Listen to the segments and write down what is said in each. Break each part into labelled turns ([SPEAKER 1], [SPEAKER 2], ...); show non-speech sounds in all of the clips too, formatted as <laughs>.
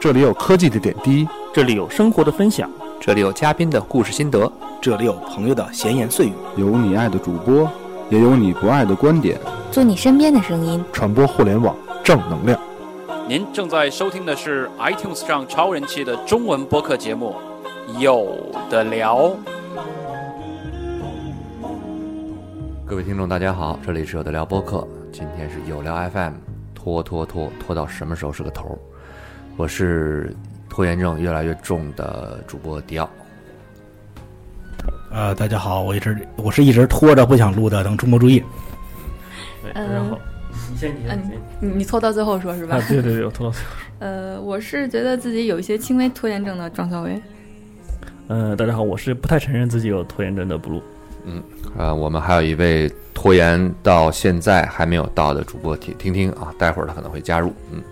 [SPEAKER 1] 这里有科技的点滴，
[SPEAKER 2] 这里有生活的分享，
[SPEAKER 3] 这里有嘉宾的故事心得，
[SPEAKER 4] 这里有朋友的闲言碎语，
[SPEAKER 1] 有你爱的主播，也有你不爱的观点，
[SPEAKER 5] 做你身边的声音，
[SPEAKER 1] 传播互联网正能量。
[SPEAKER 6] 您正在收听的是 iTunes 上超人气的中文播客节目《有的聊》。
[SPEAKER 3] 各位听众，大家好，这里是有的聊播客，今天是有聊 FM，拖拖拖拖到什么时候是个头儿？我是拖延症越来越重的主播迪奥。
[SPEAKER 4] 呃，大家好，我一直我是一直拖着不想录的，等中国注意。
[SPEAKER 2] 对，
[SPEAKER 5] 嗯
[SPEAKER 2] 然后你先，你先，你先
[SPEAKER 7] 你嗯你凑到最后说是吧
[SPEAKER 2] 啊？，对对对，我拖到最后。
[SPEAKER 7] 呃，我是觉得自己有一些轻微拖延症的庄小维。
[SPEAKER 2] 嗯，大家好，我是不太承认自己有拖延症的 blue。
[SPEAKER 3] 呃，我们还有一位拖延到现在还没有到的主播听听听啊，待会儿他可能会加入。嗯，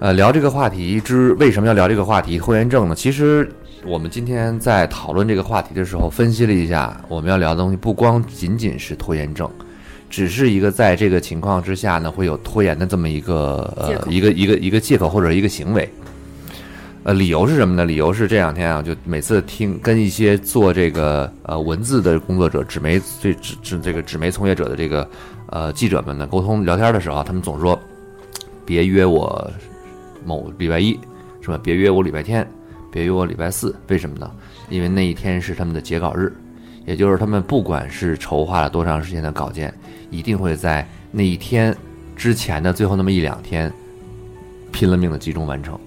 [SPEAKER 3] 呃，聊这个话题之为什么要聊这个话题拖延症呢？其实我们今天在讨论这个话题的时候，分析了一下我们要聊的东西，不光仅仅是拖延症。只是一个在这个情况之下呢，会有拖延的这么一个
[SPEAKER 7] 借
[SPEAKER 3] 呃
[SPEAKER 7] 口
[SPEAKER 3] 一个一个一个借口或者一个行为，呃，理由是什么呢？理由是这两天啊，就每次听跟一些做这个呃文字的工作者、纸媒这纸纸这个纸媒从业者的这个呃记者们呢沟通聊天的时候，他们总说别约我某礼拜一，是吧？别约我礼拜天，别约我礼拜四，为什么呢？因为那一天是他们的截稿日，也就是他们不管是筹划了多长时间的稿件，一定会在那一天之前的最后那么一两天拼了命的集中完成。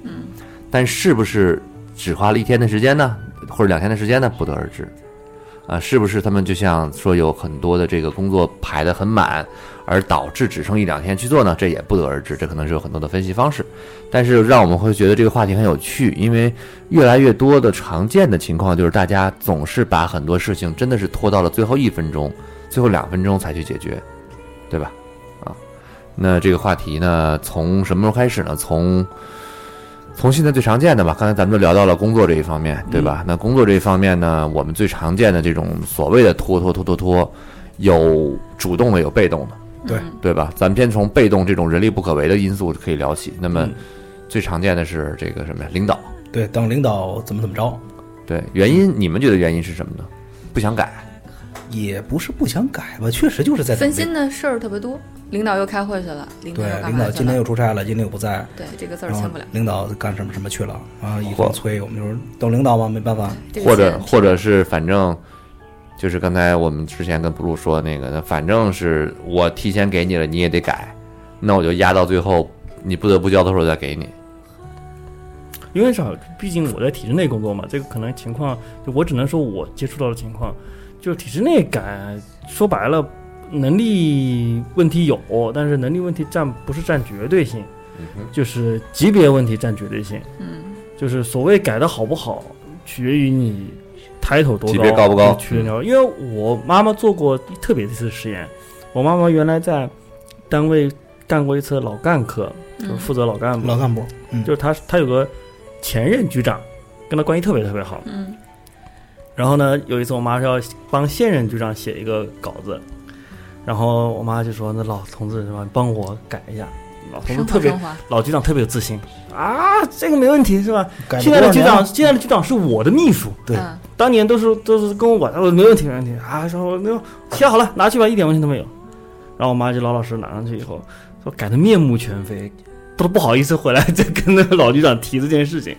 [SPEAKER 3] 但是不是只花了一天的时间呢，或者两天的时间呢，不得而知。啊，是不是他们就像说有很多的这个工作排得很满，而导致只剩一两天去做呢？这也不得而知，这可能是有很多的分析方式。但是让我们会觉得这个话题很有趣，因为越来越多的常见的情况就是大家总是把很多事情真的是拖到了最后一分钟、最后两分钟才去解决，对吧？啊，那这个话题呢，从什么时候开始呢？从从现在最常见的吧，刚才咱们都聊到了工作这一方面，对吧？那工作这一方面呢，我们最常见的这种所谓的拖拖拖拖拖，有主动的，有被动的，
[SPEAKER 4] 对
[SPEAKER 7] 嗯
[SPEAKER 3] 对吧？咱们先从被动这种人力不可为的因素可以聊起。那么
[SPEAKER 2] 嗯
[SPEAKER 3] 最常见的是这个什么呀？领导。
[SPEAKER 4] 对，等领导怎么怎么着，
[SPEAKER 3] 对，
[SPEAKER 2] 嗯
[SPEAKER 3] 原因你们觉得原因是什么呢？不想改，
[SPEAKER 4] 也不是不想改吧，确实就是在
[SPEAKER 7] 分心的事儿特别多，领导又开会去了，领导
[SPEAKER 4] 对
[SPEAKER 7] 又，干
[SPEAKER 4] 领
[SPEAKER 7] 嘛
[SPEAKER 4] 导
[SPEAKER 7] 去
[SPEAKER 4] 今天又
[SPEAKER 7] 了？
[SPEAKER 4] 出差了，今天又不在，
[SPEAKER 7] 对，这个字儿
[SPEAKER 4] 然
[SPEAKER 7] 签
[SPEAKER 4] 后
[SPEAKER 7] 不了。
[SPEAKER 4] 领导干什么什么去了啊，一
[SPEAKER 3] 或
[SPEAKER 4] 通催，我们就说等领导嘛，没办法，
[SPEAKER 7] 这个
[SPEAKER 3] 或者
[SPEAKER 7] 签
[SPEAKER 3] 或者是反正就是刚才我们之前跟 blue 说那个，那反正是我提前给你了，你也得改，那我就压到最后，你不得不交的时候再给你。
[SPEAKER 2] 因为啥？毕竟我在体制内工作嘛，这个可能情况，就我只能说我接触到的情况，就是体制内改，说白了，能力问题有，但是能力问题占不是占绝对性，
[SPEAKER 3] 嗯哼，
[SPEAKER 2] 就是级别问题占绝对性。
[SPEAKER 7] 嗯，
[SPEAKER 2] 就是所谓改的好不好，取决于你 title 多
[SPEAKER 3] 级别高不高嗯
[SPEAKER 2] 取决于你因为我妈妈做过特别一次实验，我妈妈原来在单位干过一次老干科，就是
[SPEAKER 7] 嗯
[SPEAKER 2] 负责老干部，
[SPEAKER 4] 老干部，嗯，
[SPEAKER 2] 就是她她有个前任局长，跟她关系特别特别好。
[SPEAKER 7] 嗯
[SPEAKER 2] 然后呢，有一次我妈是要帮现任局长写一个稿子，然后我妈就说：“那老同志是吧，帮我改一下。”老同志
[SPEAKER 7] 升
[SPEAKER 2] 特
[SPEAKER 7] 华
[SPEAKER 2] 别
[SPEAKER 7] 升华，
[SPEAKER 2] 老局长特别有自信啊，这个没问题是吧？
[SPEAKER 4] 改了
[SPEAKER 2] 现在的
[SPEAKER 4] 多少
[SPEAKER 2] 局
[SPEAKER 4] 年
[SPEAKER 2] 长，
[SPEAKER 4] 了
[SPEAKER 2] 现在的局长是我的秘书，
[SPEAKER 4] 对
[SPEAKER 7] 嗯
[SPEAKER 2] 当年都是都是跟我玩，我说没问题没问题啊，说那写好了拿去吧，一点问题都没有。然后我妈就老老实实拿上去以后，说改的面目全非，都不好意思回来 <laughs> 再跟那个老局长提这件事情。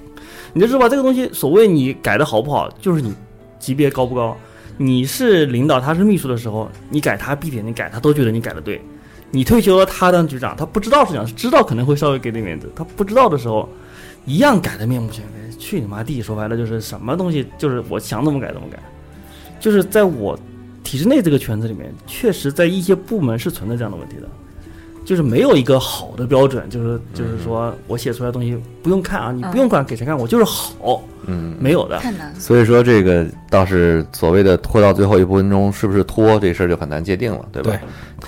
[SPEAKER 2] 你就知道吧，这个东西所谓你改的好不好，就是你级别高不高。你是领导，他是秘书的时候，你改他必点，你改他都觉得你改的对。你退休了，他当局长，他不知道是这样，知道可能会稍微给点面子，他不知道的时候，一样改的面目全非。去你妈地！说白了就是什么东西，就是我想怎么改怎么改。就是在我体制内这个圈子里面，确实在一些部门是存在这样的问题的，就是没有一个好的标准，就是就是说我写出来的东西不用看啊，你不用管给谁看，我就是好，
[SPEAKER 3] 嗯，
[SPEAKER 2] 没有的。
[SPEAKER 7] 太难了。
[SPEAKER 3] 所以说这个倒是所谓的拖到最后一分钟是不是拖这事儿就很难界定了，对吧？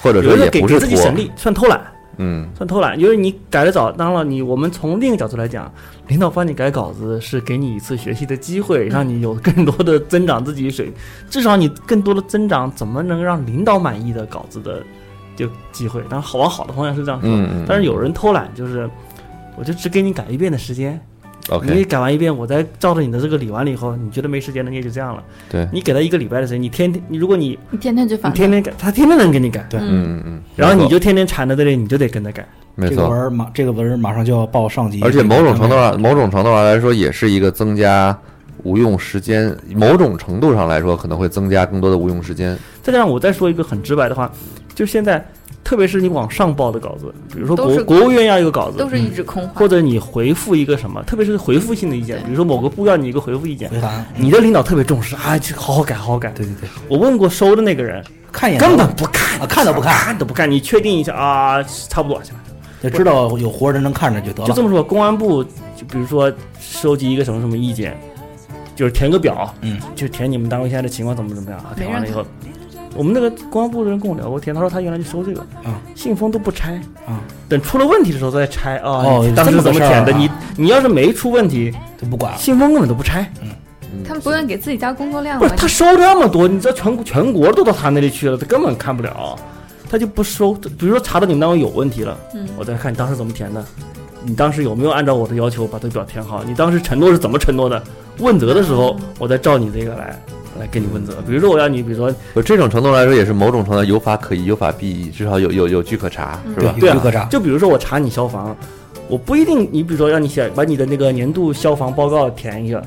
[SPEAKER 3] 或者
[SPEAKER 2] 有
[SPEAKER 3] 说
[SPEAKER 2] 一个
[SPEAKER 3] 也
[SPEAKER 2] 给
[SPEAKER 3] 不
[SPEAKER 2] 给
[SPEAKER 3] 是
[SPEAKER 2] 自己
[SPEAKER 3] 拖
[SPEAKER 2] 省，力，算偷懒，
[SPEAKER 3] 嗯，
[SPEAKER 2] 算偷懒，就是你改的早。当然了，你我们从另一个角度来讲，领导帮你改稿子是给你一次学习的机会，让你有更多的增长自己水，至少你更多的增长怎么能让领导满意的稿子的就机会。当然，好往好的方向是这样说，
[SPEAKER 3] 嗯嗯
[SPEAKER 2] 但是有人偷懒，就是我就只给你改一遍的时间，你
[SPEAKER 3] OK，
[SPEAKER 2] 改完一遍，我再照着你的这个理完了以后，你觉得没时间了，你也就这样了。
[SPEAKER 3] 对，
[SPEAKER 2] 你给他一个礼拜的时间，你天天，你如果你
[SPEAKER 7] 你天天就
[SPEAKER 2] 你
[SPEAKER 7] 烦恼，
[SPEAKER 2] 天天改，他天天能给你改，
[SPEAKER 4] 对
[SPEAKER 3] 嗯嗯嗯，
[SPEAKER 2] 然后你就天天缠着这里，你就得跟他改。
[SPEAKER 3] 没
[SPEAKER 4] 这个
[SPEAKER 3] 错
[SPEAKER 4] 文，儿马这个文儿马上就要报上级，
[SPEAKER 3] 而且某种程度上，某种程度上来说，也是一个增加无用时间。某种程度上来说，可能会增加更多的无用时间。
[SPEAKER 2] 再加上我再说一个很直白的话，就现在，特别是你往上报的稿子，比如说
[SPEAKER 7] 都
[SPEAKER 2] 国
[SPEAKER 7] 是
[SPEAKER 2] 国务院要一个稿
[SPEAKER 7] 都
[SPEAKER 2] 子，
[SPEAKER 7] 是一纸空话
[SPEAKER 2] 嗯或。者你回复一个什么，特别是回复性的意见，
[SPEAKER 7] 对
[SPEAKER 2] 比如说某个部要你一个回复意见，
[SPEAKER 4] 回答案，
[SPEAKER 2] 你的领导特别重视啊，去好好改，好好改。
[SPEAKER 4] 对对对，
[SPEAKER 2] 我问过收的那个人，
[SPEAKER 4] 看一眼
[SPEAKER 2] 根本不看，
[SPEAKER 4] 啊看都不看
[SPEAKER 2] 看都不看，你确定一下啊，差不多行了。
[SPEAKER 4] 就知道有活人能看着就得
[SPEAKER 2] 就
[SPEAKER 4] 了
[SPEAKER 2] 这。么说，公安部就比如说收集一个什么什么意见，就是填个表，
[SPEAKER 4] 嗯，
[SPEAKER 2] 就填你们单位现在的情况怎么怎么样啊。
[SPEAKER 7] 没
[SPEAKER 2] 填完
[SPEAKER 7] 让
[SPEAKER 2] 了以后，我们那个公安部的人跟我聊过天，他说他原来就收这个，
[SPEAKER 4] 啊，
[SPEAKER 2] 信封都不拆，
[SPEAKER 4] 啊，
[SPEAKER 2] 等出了问题的时候再拆啊。
[SPEAKER 4] 哦
[SPEAKER 2] 你当时
[SPEAKER 4] 这么
[SPEAKER 2] 怎
[SPEAKER 4] 个
[SPEAKER 2] 么
[SPEAKER 4] 事儿
[SPEAKER 2] 填的？
[SPEAKER 4] 啊
[SPEAKER 2] 你你要是没出问题，
[SPEAKER 4] 就不管了。
[SPEAKER 2] 信封根本都不拆。
[SPEAKER 7] 他们不愿意给自己加工作量
[SPEAKER 2] 不
[SPEAKER 7] 嘛
[SPEAKER 2] 是？他收这么多，你知道全国全国都到他那里去了，他根本看不了，他就不收。比如说查到你们单位有问题了，
[SPEAKER 7] 嗯
[SPEAKER 2] 我再看你当时怎么填的，你当时有没有按照我的要求把这个表填好？你当时承诺是怎么承诺的？问责的时候，
[SPEAKER 7] 嗯
[SPEAKER 2] 我再照你这个来来给你问责。比如说我要你，比如说
[SPEAKER 3] 就这种程度来说，也是某种程度上有法可依，有法必依，至少有有有据可查，是吧？
[SPEAKER 2] 对
[SPEAKER 4] 有可
[SPEAKER 2] 啊
[SPEAKER 4] 查，
[SPEAKER 2] 就比如说我查你消防，我不一定，你比如说让你写把你的那个年度消防报告填一个，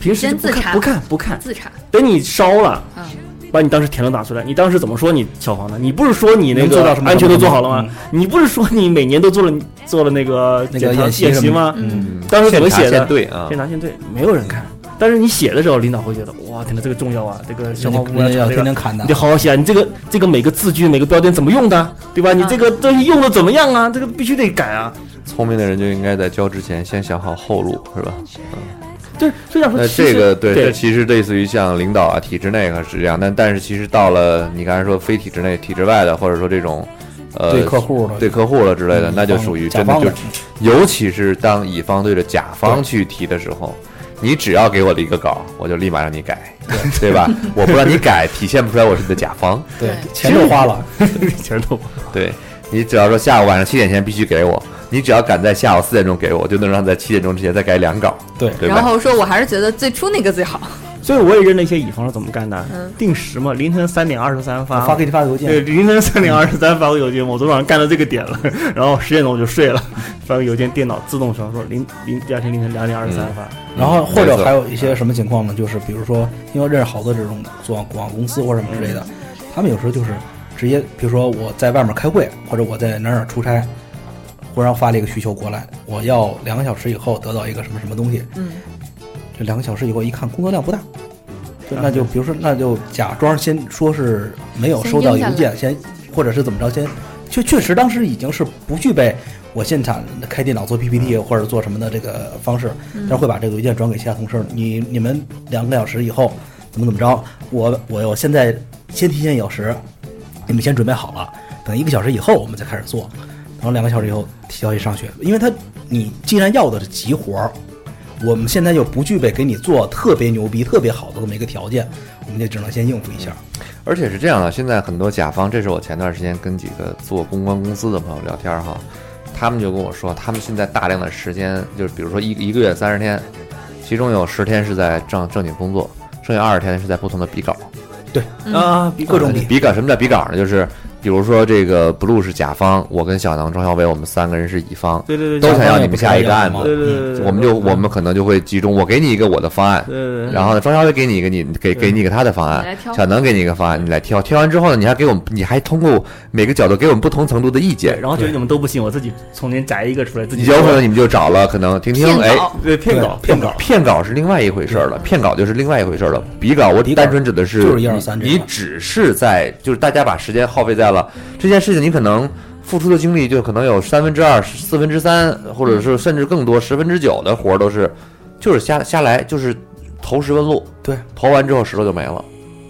[SPEAKER 2] 平时就
[SPEAKER 7] 先
[SPEAKER 2] 不
[SPEAKER 7] 自查
[SPEAKER 2] 看不看不看，
[SPEAKER 7] 自查，
[SPEAKER 2] 等你烧了。
[SPEAKER 7] 嗯，
[SPEAKER 2] 把你当时填都打出来，你当时怎么说你消防的？你不是说你那
[SPEAKER 4] 能做
[SPEAKER 2] 个
[SPEAKER 4] 到什么
[SPEAKER 2] 安全都
[SPEAKER 4] 程度嗯
[SPEAKER 2] 做好了吗？你不是说你每年都做了做了那个
[SPEAKER 4] 那个
[SPEAKER 2] 检查
[SPEAKER 4] 演习
[SPEAKER 2] 演
[SPEAKER 4] 什
[SPEAKER 2] 习
[SPEAKER 4] 么
[SPEAKER 2] 吗？
[SPEAKER 7] 嗯，
[SPEAKER 3] 嗯，
[SPEAKER 2] 当时怎么写
[SPEAKER 3] 现查现
[SPEAKER 2] 的？
[SPEAKER 3] 对啊
[SPEAKER 2] 现，查现对，没有人看。但是你写的时候，领导会觉得哇，天呐，这个重要啊！这个消防部
[SPEAKER 4] 人
[SPEAKER 2] 要
[SPEAKER 4] 家
[SPEAKER 2] 查
[SPEAKER 4] 要
[SPEAKER 2] 这
[SPEAKER 4] 天
[SPEAKER 2] 个，
[SPEAKER 4] 天看的
[SPEAKER 2] 你得，好好写啊！你这个这个每个字句、每个标点怎么用的，对吧？你这个东西用的怎么样啊？这个必须得改啊！
[SPEAKER 3] 聪明的人就应该在交之前先想好后路，是吧？
[SPEAKER 2] 就是虽然说
[SPEAKER 3] 那
[SPEAKER 4] 呃
[SPEAKER 2] 其
[SPEAKER 3] 这
[SPEAKER 2] 实
[SPEAKER 3] 个对，这
[SPEAKER 2] 对
[SPEAKER 3] 其实类似于像领导啊、体制内啊是这样，但但是其实到了你刚才说非体制内、体制外的，或者说这种呃
[SPEAKER 4] 对客户的嗯
[SPEAKER 3] 对客户了之类的，那就属于
[SPEAKER 4] 甲
[SPEAKER 3] 真的
[SPEAKER 4] 方
[SPEAKER 3] 就
[SPEAKER 4] 的，
[SPEAKER 3] 尤其是当乙方对着甲方去提的时候，你只要给我了一个稿，我就立马让你改，对吧？我不让你改，体现不出来我是你的甲方。
[SPEAKER 4] 对
[SPEAKER 7] 对
[SPEAKER 4] 钱都花了， <laughs>
[SPEAKER 2] 前头
[SPEAKER 3] 对你只要说下午晚上七点前必须给我，你只要敢在下午四点钟给我，我就能让在七点钟之前再改两稿，
[SPEAKER 4] 对
[SPEAKER 3] 对
[SPEAKER 7] 然
[SPEAKER 3] 吧？
[SPEAKER 7] 后说我还是觉得最初那个最好，
[SPEAKER 2] 所以我也认了一些乙方是怎么干的，
[SPEAKER 7] 嗯
[SPEAKER 2] 定时嘛，凌晨三点二十三发，
[SPEAKER 4] 啊发给你发邮件
[SPEAKER 2] 对，，凌晨三点二十三发个邮件，我昨晚上干到这个点了，然后十点钟我就睡了，发个邮件，电脑自动传说零零第二天凌晨两点二十三发，
[SPEAKER 4] 然后或者
[SPEAKER 3] 没错
[SPEAKER 4] 还有一些什么情况呢？就是比如说，因为认识好多这种做广告公司或者什么之类
[SPEAKER 3] 嗯
[SPEAKER 4] 的，他们有时候就是直接，比如说我在外面开会，或者我在哪儿哪儿出差，忽然发了一个需求过来，我要两个小时以后得到一个什么什么东西。
[SPEAKER 7] 嗯，
[SPEAKER 4] 这两个小时以后一看工作量不大，
[SPEAKER 3] 嗯
[SPEAKER 4] 就那就比如说那就假装先说是没有
[SPEAKER 7] 先
[SPEAKER 4] 收到
[SPEAKER 7] 应下
[SPEAKER 4] 邮
[SPEAKER 7] 来
[SPEAKER 4] 件，先或者是怎么着先。确确实，当时已经是不具备我现场开电脑做 PPT 或者做什么的这个方式，
[SPEAKER 7] 嗯
[SPEAKER 4] 但是会把这个邮件转给其他同事。你你们两个小时以后怎么怎么着？我我我现在先提前一小时，你们先准备好了，等一个小时以后我们再开始做。然后两个小时以后提交一上去，因为他你既然要的是急活儿，我们现在又不具备给你做特别牛逼、特别好的这么一个条件，我们就只能先应付一下。
[SPEAKER 3] 而且是这样的，啊现在很多甲方，这是我前段时间跟几个做公关公司的朋友聊天儿哈，他们就跟我说，他们现在大量的时间，就是比如说一一个月三十天，其中有十天是在正正经工作，剩下二十天是在不同的比稿。
[SPEAKER 7] 嗯
[SPEAKER 2] 啊，比
[SPEAKER 4] 各种
[SPEAKER 3] 比
[SPEAKER 4] 比
[SPEAKER 3] 稿，什么叫比稿呢？就是比如说这个 blue 是甲方，我跟小唐、庄小伟我们三个人是乙方，
[SPEAKER 2] 对对对，
[SPEAKER 3] 都
[SPEAKER 2] 对
[SPEAKER 3] 想要你们下一个案
[SPEAKER 2] 对
[SPEAKER 3] 子，
[SPEAKER 2] 对对对，
[SPEAKER 3] 我们就我们可能就会集中，我给你一个我的方案，
[SPEAKER 2] 对对对，
[SPEAKER 3] 然后呢，庄小伟给你一个你给给你一个他的方
[SPEAKER 7] 你来
[SPEAKER 3] 案，
[SPEAKER 7] 挑
[SPEAKER 3] 小能给你一个方案，你来挑，挑完之后呢，你还给我们，你还通过每个角度给我们不同程度的意
[SPEAKER 2] 对，
[SPEAKER 3] 见，
[SPEAKER 2] 然后觉得你们都不行，我自己从里摘一个出来，自己
[SPEAKER 3] 有可能你们就找了可能听听
[SPEAKER 7] 骗，
[SPEAKER 3] 哎，
[SPEAKER 7] 稿，
[SPEAKER 2] 对骗稿
[SPEAKER 4] 对骗稿
[SPEAKER 3] 骗稿是另外一回事儿了，骗稿就是另外一回事儿了。比稿我
[SPEAKER 4] 比稿
[SPEAKER 3] 单纯指的是
[SPEAKER 4] 就是一二三
[SPEAKER 3] 你
[SPEAKER 4] 这
[SPEAKER 3] 你
[SPEAKER 4] 样
[SPEAKER 3] 只是在就是大家把时间耗费在了这件事情，你可能付出的精力就可能有三分之二、四分之三，或者是甚至更多十分之九的活儿都是就是瞎瞎来，就是投石问路，
[SPEAKER 4] 对，
[SPEAKER 3] 投完之后石头就没了，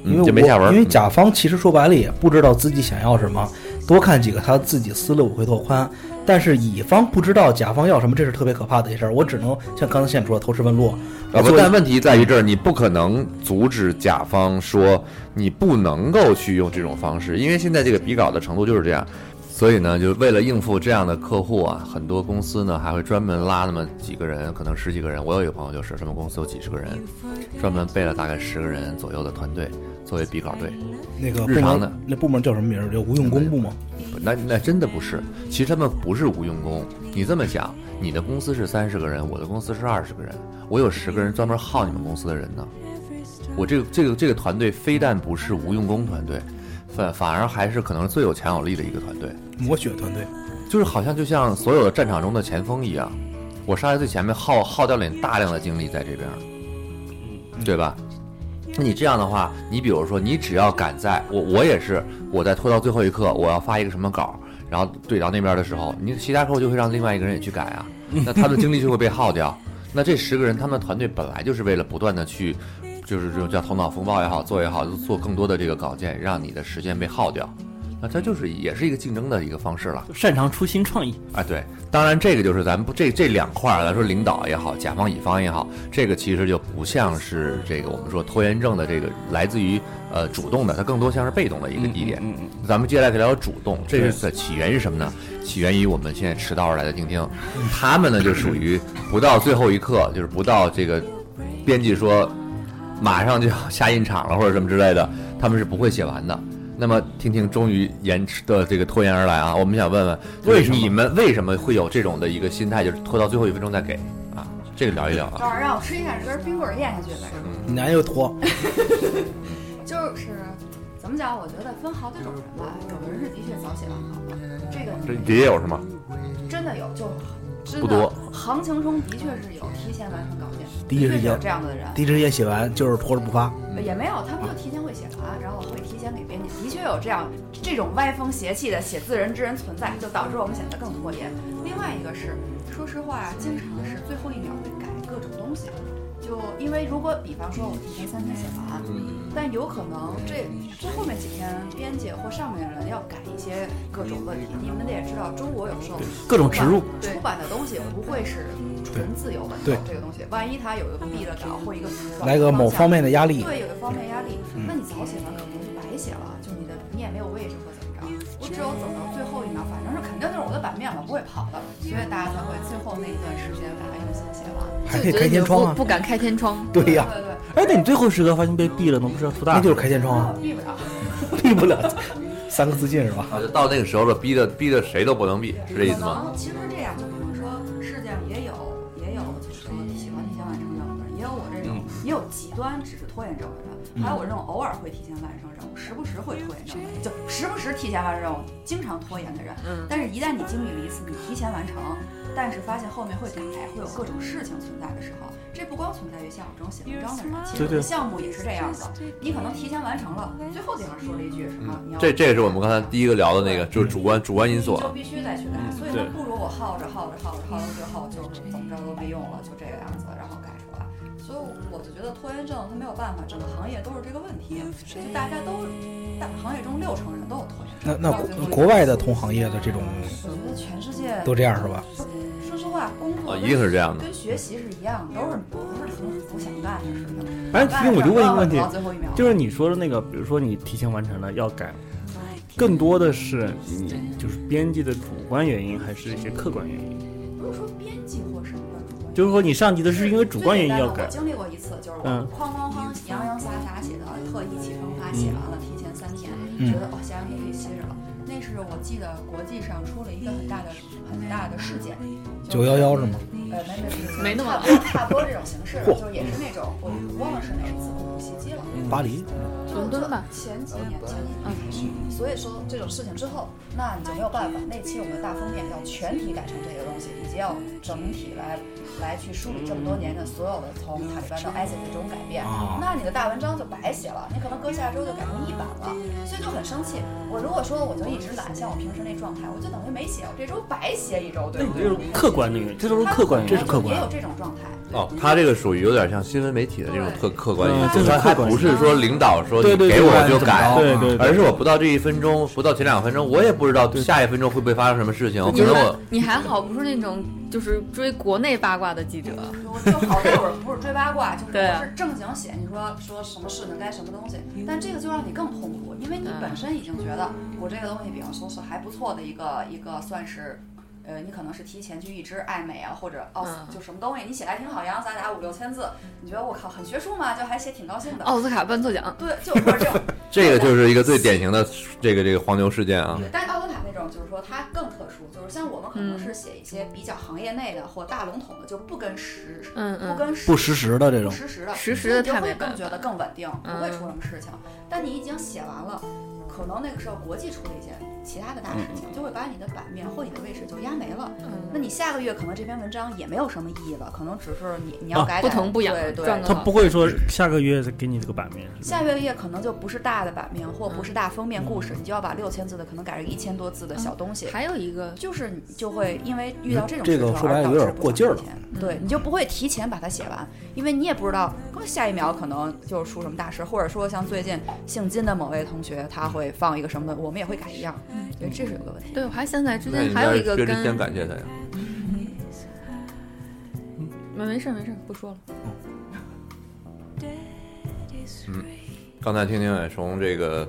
[SPEAKER 4] 因
[SPEAKER 3] 嗯，
[SPEAKER 4] 为
[SPEAKER 3] 就没
[SPEAKER 4] 我
[SPEAKER 3] 下文儿。
[SPEAKER 4] 因为甲方其实说白了也不知道自己想要什么，多看几个他自己思路会拓宽。但是乙方不知道甲方要什么，这是特别可怕的一事儿。我只能像刚才现说的投石问路，
[SPEAKER 3] 啊
[SPEAKER 4] 我
[SPEAKER 3] 不
[SPEAKER 4] 做
[SPEAKER 3] 但问题在于这儿，你不可能阻止甲方说你不能够去用这种方式，因为现在这个比稿的程度就是这样。所以呢，就为了应付这样的客户啊，很多公司呢还会专门拉那么几个人，可能十几个人。我有一个朋友就是，他们公司有几十个人，专门备了大概十个人左右的团队作为比稿队。
[SPEAKER 4] 那个部
[SPEAKER 3] 日常的嗯
[SPEAKER 4] 门那部门叫什么名儿？叫无用功部吗？
[SPEAKER 3] 不那那真的不是，其实他们不是无用功。你这么想，你的公司是三十个人，我的公司是二十个人，我有十个人专门耗你们公司的人呢。我这个这个这个团队非但不是无用功团队，反反而还是可能最有强有力的一个团队。
[SPEAKER 4] 魔血团队，
[SPEAKER 3] 就是好像就像所有的战场中的前锋一样，我杀在最前面耗耗掉了你大量的精力在这边儿，对吧？那你这样的话，你比如说，你只要赶在我我也是，我在拖到最后一刻，我要发一个什么稿，然后对到那边的时候，你其他客户就会让另外一个人也去改啊，那他的精力就会被耗掉。那这十个人，他们的团队本来就是为了不断的去，就是这种叫头脑风暴也好，做也好，做更多的这个稿件，让你的时间被耗掉。那它就是也是一个竞争的一个方式了。
[SPEAKER 2] 擅长出新创意，
[SPEAKER 3] 啊，对，当然这个就是咱们不这这两块儿，咱说领导也好，甲方乙方也好，这个其实就不像是这个我们说拖延症的这个来自于呃主动的，它更多像是被动的一个地点。咱们接下来可以聊聊主动，这是的起源于什么呢？起源于我们现在迟到而来的听听，他们呢就属于不到最后一刻，就是不到这个编辑说马上就要下印厂了或者什么之类的，他们是不会写完的。那么，听听终于延迟的这个拖延而来啊！我们想问问，为什么你们为什么会有这种的一个心态，就是拖到最后一分钟再给啊？这个聊一聊啊。
[SPEAKER 8] 早上让我吃一下这根冰棍儿咽下去呗。
[SPEAKER 4] 你俩又拖，
[SPEAKER 8] 就是怎么讲？我觉得分好几种人吧，有的人是的确早写晚考的，这个
[SPEAKER 3] 这也有是吗？
[SPEAKER 8] 真的有，就真的
[SPEAKER 3] 不多
[SPEAKER 8] 行情中的确是有提前完成稿件，
[SPEAKER 4] 第一时
[SPEAKER 8] 的确
[SPEAKER 4] 间
[SPEAKER 8] 是有这样的人，
[SPEAKER 4] 第一时间写完就是拖着不发。
[SPEAKER 8] 呃也没有，他们就提前会写完，然后会提前给编辑。的确有这样这种歪风邪气的写字人之人存在，就导致我们显得更拖延。另外一个是，说实话啊，经常是最后一秒会改各种东西，就因为如果比方说我提前三天写完，
[SPEAKER 4] 嗯
[SPEAKER 8] 但有可能这这后面几天编辑或上面的人要改一些各种问题。你们也知道，中国有时候
[SPEAKER 2] 各种植入
[SPEAKER 8] 出版出版的东西不会是纯自由文
[SPEAKER 4] 对
[SPEAKER 8] 稿这个东西，万一它有一个弊的稿或一个
[SPEAKER 4] 来个某方面的压力，
[SPEAKER 8] 对，有一方面压力。
[SPEAKER 3] 嗯
[SPEAKER 8] 那你早写完可能就白写了，就你的你也没有位置或怎么着。我只有等到最后一秒，反正是肯定就是我的版面了，不会跑的，所以大家才会最后那一段时间把它用心写完。
[SPEAKER 4] 还可以开天窗啊
[SPEAKER 7] 不。敢开天窗，
[SPEAKER 4] 对呀、
[SPEAKER 8] 对对，
[SPEAKER 2] 哎，那你最后时刻发现被毙了，那不是要出大
[SPEAKER 4] 那
[SPEAKER 2] 事？
[SPEAKER 4] 就是开天窗
[SPEAKER 8] 那
[SPEAKER 4] 啊
[SPEAKER 8] 我，避不了。
[SPEAKER 4] 避不了。 <laughs> 三个自尽是吧？
[SPEAKER 3] 啊，就到那个时候了，逼的逼的谁都不能避，是这意思吗？
[SPEAKER 8] 可能其实这样，就比方说世界上也有也有就是说喜欢提前完成任务的人，也有我这
[SPEAKER 3] 嗯
[SPEAKER 8] 种、也有极端只是拖延症的人，还有我这种偶尔会提前完成任务，时不时会拖延症的人，就时不时提前完成任务，经常拖延的人。但是，一旦你经历了一次你提前完成，但是发现后面会改，会有各种事情存在的时候，这不光存在于像我这种写文章的人，其
[SPEAKER 2] 对
[SPEAKER 8] 实有
[SPEAKER 2] 对
[SPEAKER 8] 的项目也是这样的。你可能提前完成了，最后地方说了一句什么，你要
[SPEAKER 3] 嗯这这也是我们刚才第一个聊的那个，就是
[SPEAKER 7] 嗯
[SPEAKER 3] 主观主观因素
[SPEAKER 8] 就
[SPEAKER 3] 啊。
[SPEAKER 8] 必须得去改，所以它不如我耗着耗着耗着耗到最后就是怎么着都没用了，就这个样子，然后改出来。所以我就觉得拖延症它没有办法，整个行业都是这个问题，就大家都大行业中六成人都有拖延症。
[SPEAKER 4] 那那
[SPEAKER 8] 到
[SPEAKER 4] 国
[SPEAKER 8] 最后
[SPEAKER 4] 国外的同行业的这种
[SPEAKER 8] 我觉得全世界
[SPEAKER 4] 都这样是吧？
[SPEAKER 8] 说实话，工
[SPEAKER 7] 嗯
[SPEAKER 8] 作
[SPEAKER 3] 啊，
[SPEAKER 8] 跟
[SPEAKER 3] 一定是这样的。
[SPEAKER 8] 跟学习是一样的，都是不是很不想干的事情。
[SPEAKER 2] 哎其实我就问一个问题
[SPEAKER 8] 到最后一秒，
[SPEAKER 2] 就是你说的那个，比如说你提前完成了要改，更多的是你就是编辑的主观原因，还是一些客观原因？
[SPEAKER 8] 不是说编辑或什么的主观
[SPEAKER 2] 就是说你上级的是因为主观原因要
[SPEAKER 8] 最简单
[SPEAKER 2] 改
[SPEAKER 8] 的我，经历过一次，就是我
[SPEAKER 2] 嗯
[SPEAKER 8] 哐哐哐洋洋洒洒写的，特意起风发写完了，提前三天，
[SPEAKER 4] 嗯
[SPEAKER 8] 觉得哦，写完可以歇着了。那是我记得国际上出了一个很大的、很大的事件，
[SPEAKER 4] 九幺幺是吗？
[SPEAKER 8] 呃，没没
[SPEAKER 7] 没那么
[SPEAKER 8] 差不多差不多这种形
[SPEAKER 4] <laughs>
[SPEAKER 8] 式，就是也是那种我忘了是哪一次恐怖袭击了，
[SPEAKER 4] 巴黎
[SPEAKER 7] 伦敦吧，嗯
[SPEAKER 8] 前几
[SPEAKER 2] 嗯
[SPEAKER 8] 年前几年开始，所以说这种事情之后，那你就没有办法。那期我们的大封面要全体改成这个东西，以及要整体来来去梳理这么多年的所有的从塔利班到 ISIS 这种改变，
[SPEAKER 4] 啊
[SPEAKER 8] 那你的大文章就白写了，你可能搁下周就改成一版了，所以就很生气。我如果说我就一直懒，像我平时那状态，我就等于没写，我这周白写一周，对
[SPEAKER 2] 那
[SPEAKER 8] 不
[SPEAKER 2] 你
[SPEAKER 8] 对？
[SPEAKER 2] 就是客观的原因，这都是
[SPEAKER 8] 他
[SPEAKER 2] 客观
[SPEAKER 8] 们
[SPEAKER 2] 原
[SPEAKER 8] 可能
[SPEAKER 2] 因。
[SPEAKER 8] 也有这种状态，
[SPEAKER 3] 哦，他这个属于有点像新闻媒体的这种客客观因
[SPEAKER 2] 嗯这
[SPEAKER 3] 素，
[SPEAKER 2] 是
[SPEAKER 3] 他
[SPEAKER 2] 客
[SPEAKER 3] 还
[SPEAKER 2] 观
[SPEAKER 3] 不是说领导说
[SPEAKER 2] 对
[SPEAKER 3] 你
[SPEAKER 2] 对
[SPEAKER 3] 给
[SPEAKER 2] 对
[SPEAKER 3] 我就
[SPEAKER 4] 怎么
[SPEAKER 3] 改
[SPEAKER 4] 着，
[SPEAKER 2] 对对对
[SPEAKER 3] 而是我不到这一分钟，不到前两分钟，我也不知道下一分钟会不会发生什么事情，可
[SPEAKER 7] 你
[SPEAKER 3] 能
[SPEAKER 7] 还
[SPEAKER 3] 我
[SPEAKER 7] 你还好，不是那种就是追国内八卦的记者，
[SPEAKER 8] 我就好在我不是追八卦，就是
[SPEAKER 7] 对啊
[SPEAKER 8] 我是正经写。你说说什么事能该什么东西，但这个就让你更痛苦，因为你
[SPEAKER 7] 嗯
[SPEAKER 8] 本身已经觉得我这个东西，比方说是还不错的一个一个算是。呃，你可能是提前去预知爱美啊，或者奥斯、
[SPEAKER 7] 嗯
[SPEAKER 8] 就什么东西，你写来挺好，洋洋洒洒五六千字，你觉得我靠很学术嘛，就还写挺高兴的。
[SPEAKER 7] 奥斯卡颁错奖，
[SPEAKER 8] 对，就或者这种，
[SPEAKER 3] 这个就是一个最典型的这个这个黄牛事件啊
[SPEAKER 8] 对，但是奥斯卡那种就是说它更特殊，就是像我们可
[SPEAKER 7] 嗯
[SPEAKER 8] 能是写一些比较行业内的或大笼统的，就不跟时
[SPEAKER 7] 嗯
[SPEAKER 8] 不
[SPEAKER 7] 嗯，
[SPEAKER 8] 跟时
[SPEAKER 4] 不实时的这种
[SPEAKER 8] 不，实时的，
[SPEAKER 7] 实时的
[SPEAKER 8] 所以
[SPEAKER 7] 太
[SPEAKER 8] 你就
[SPEAKER 7] 没
[SPEAKER 8] 会
[SPEAKER 7] 办
[SPEAKER 8] 更
[SPEAKER 7] 法
[SPEAKER 8] 觉得更稳定，不
[SPEAKER 7] 嗯
[SPEAKER 8] 会出什么事情。但你已经写完了，可能那个时候国际出了一些其他的大事情，就会把你的版面或你的位置就压没了。那
[SPEAKER 7] 嗯，
[SPEAKER 8] 你下个月可能这篇文章也没有什么意义了，可能只是你你要
[SPEAKER 2] 啊
[SPEAKER 8] 改改，
[SPEAKER 7] 哦不疼不痒
[SPEAKER 8] 对，对
[SPEAKER 7] 赚个
[SPEAKER 2] 他不会说下个月再给你这个版面，是吧
[SPEAKER 8] 下个月可能就不是大的版面或
[SPEAKER 7] 嗯
[SPEAKER 8] 不是大封面故事，你就要把六千字的可能改成一千多字的小东西。
[SPEAKER 7] 还有一个
[SPEAKER 8] 就是你就会因为遇到这种
[SPEAKER 4] 这
[SPEAKER 8] 事
[SPEAKER 4] 个
[SPEAKER 8] 情
[SPEAKER 4] 说白
[SPEAKER 8] 而
[SPEAKER 4] 了
[SPEAKER 8] 导
[SPEAKER 4] 有点
[SPEAKER 8] 致不
[SPEAKER 4] 过劲儿
[SPEAKER 8] 想提
[SPEAKER 4] 了
[SPEAKER 8] 前对你就不会提前把它写完，因为你也不知道，可能下一秒可能就出什么大事，或者说像最近姓金的某位同学他会放一个什么，我们也会改一样，对，这是有个问题。
[SPEAKER 7] 对，我还想起来之
[SPEAKER 3] 那
[SPEAKER 7] 前
[SPEAKER 3] 你
[SPEAKER 7] 还有一
[SPEAKER 3] 应
[SPEAKER 7] 个
[SPEAKER 3] 该薛之谦
[SPEAKER 7] 跟
[SPEAKER 3] 感谢他呀。
[SPEAKER 7] 没没事儿没事儿不说了，
[SPEAKER 3] 刚才听听也从这个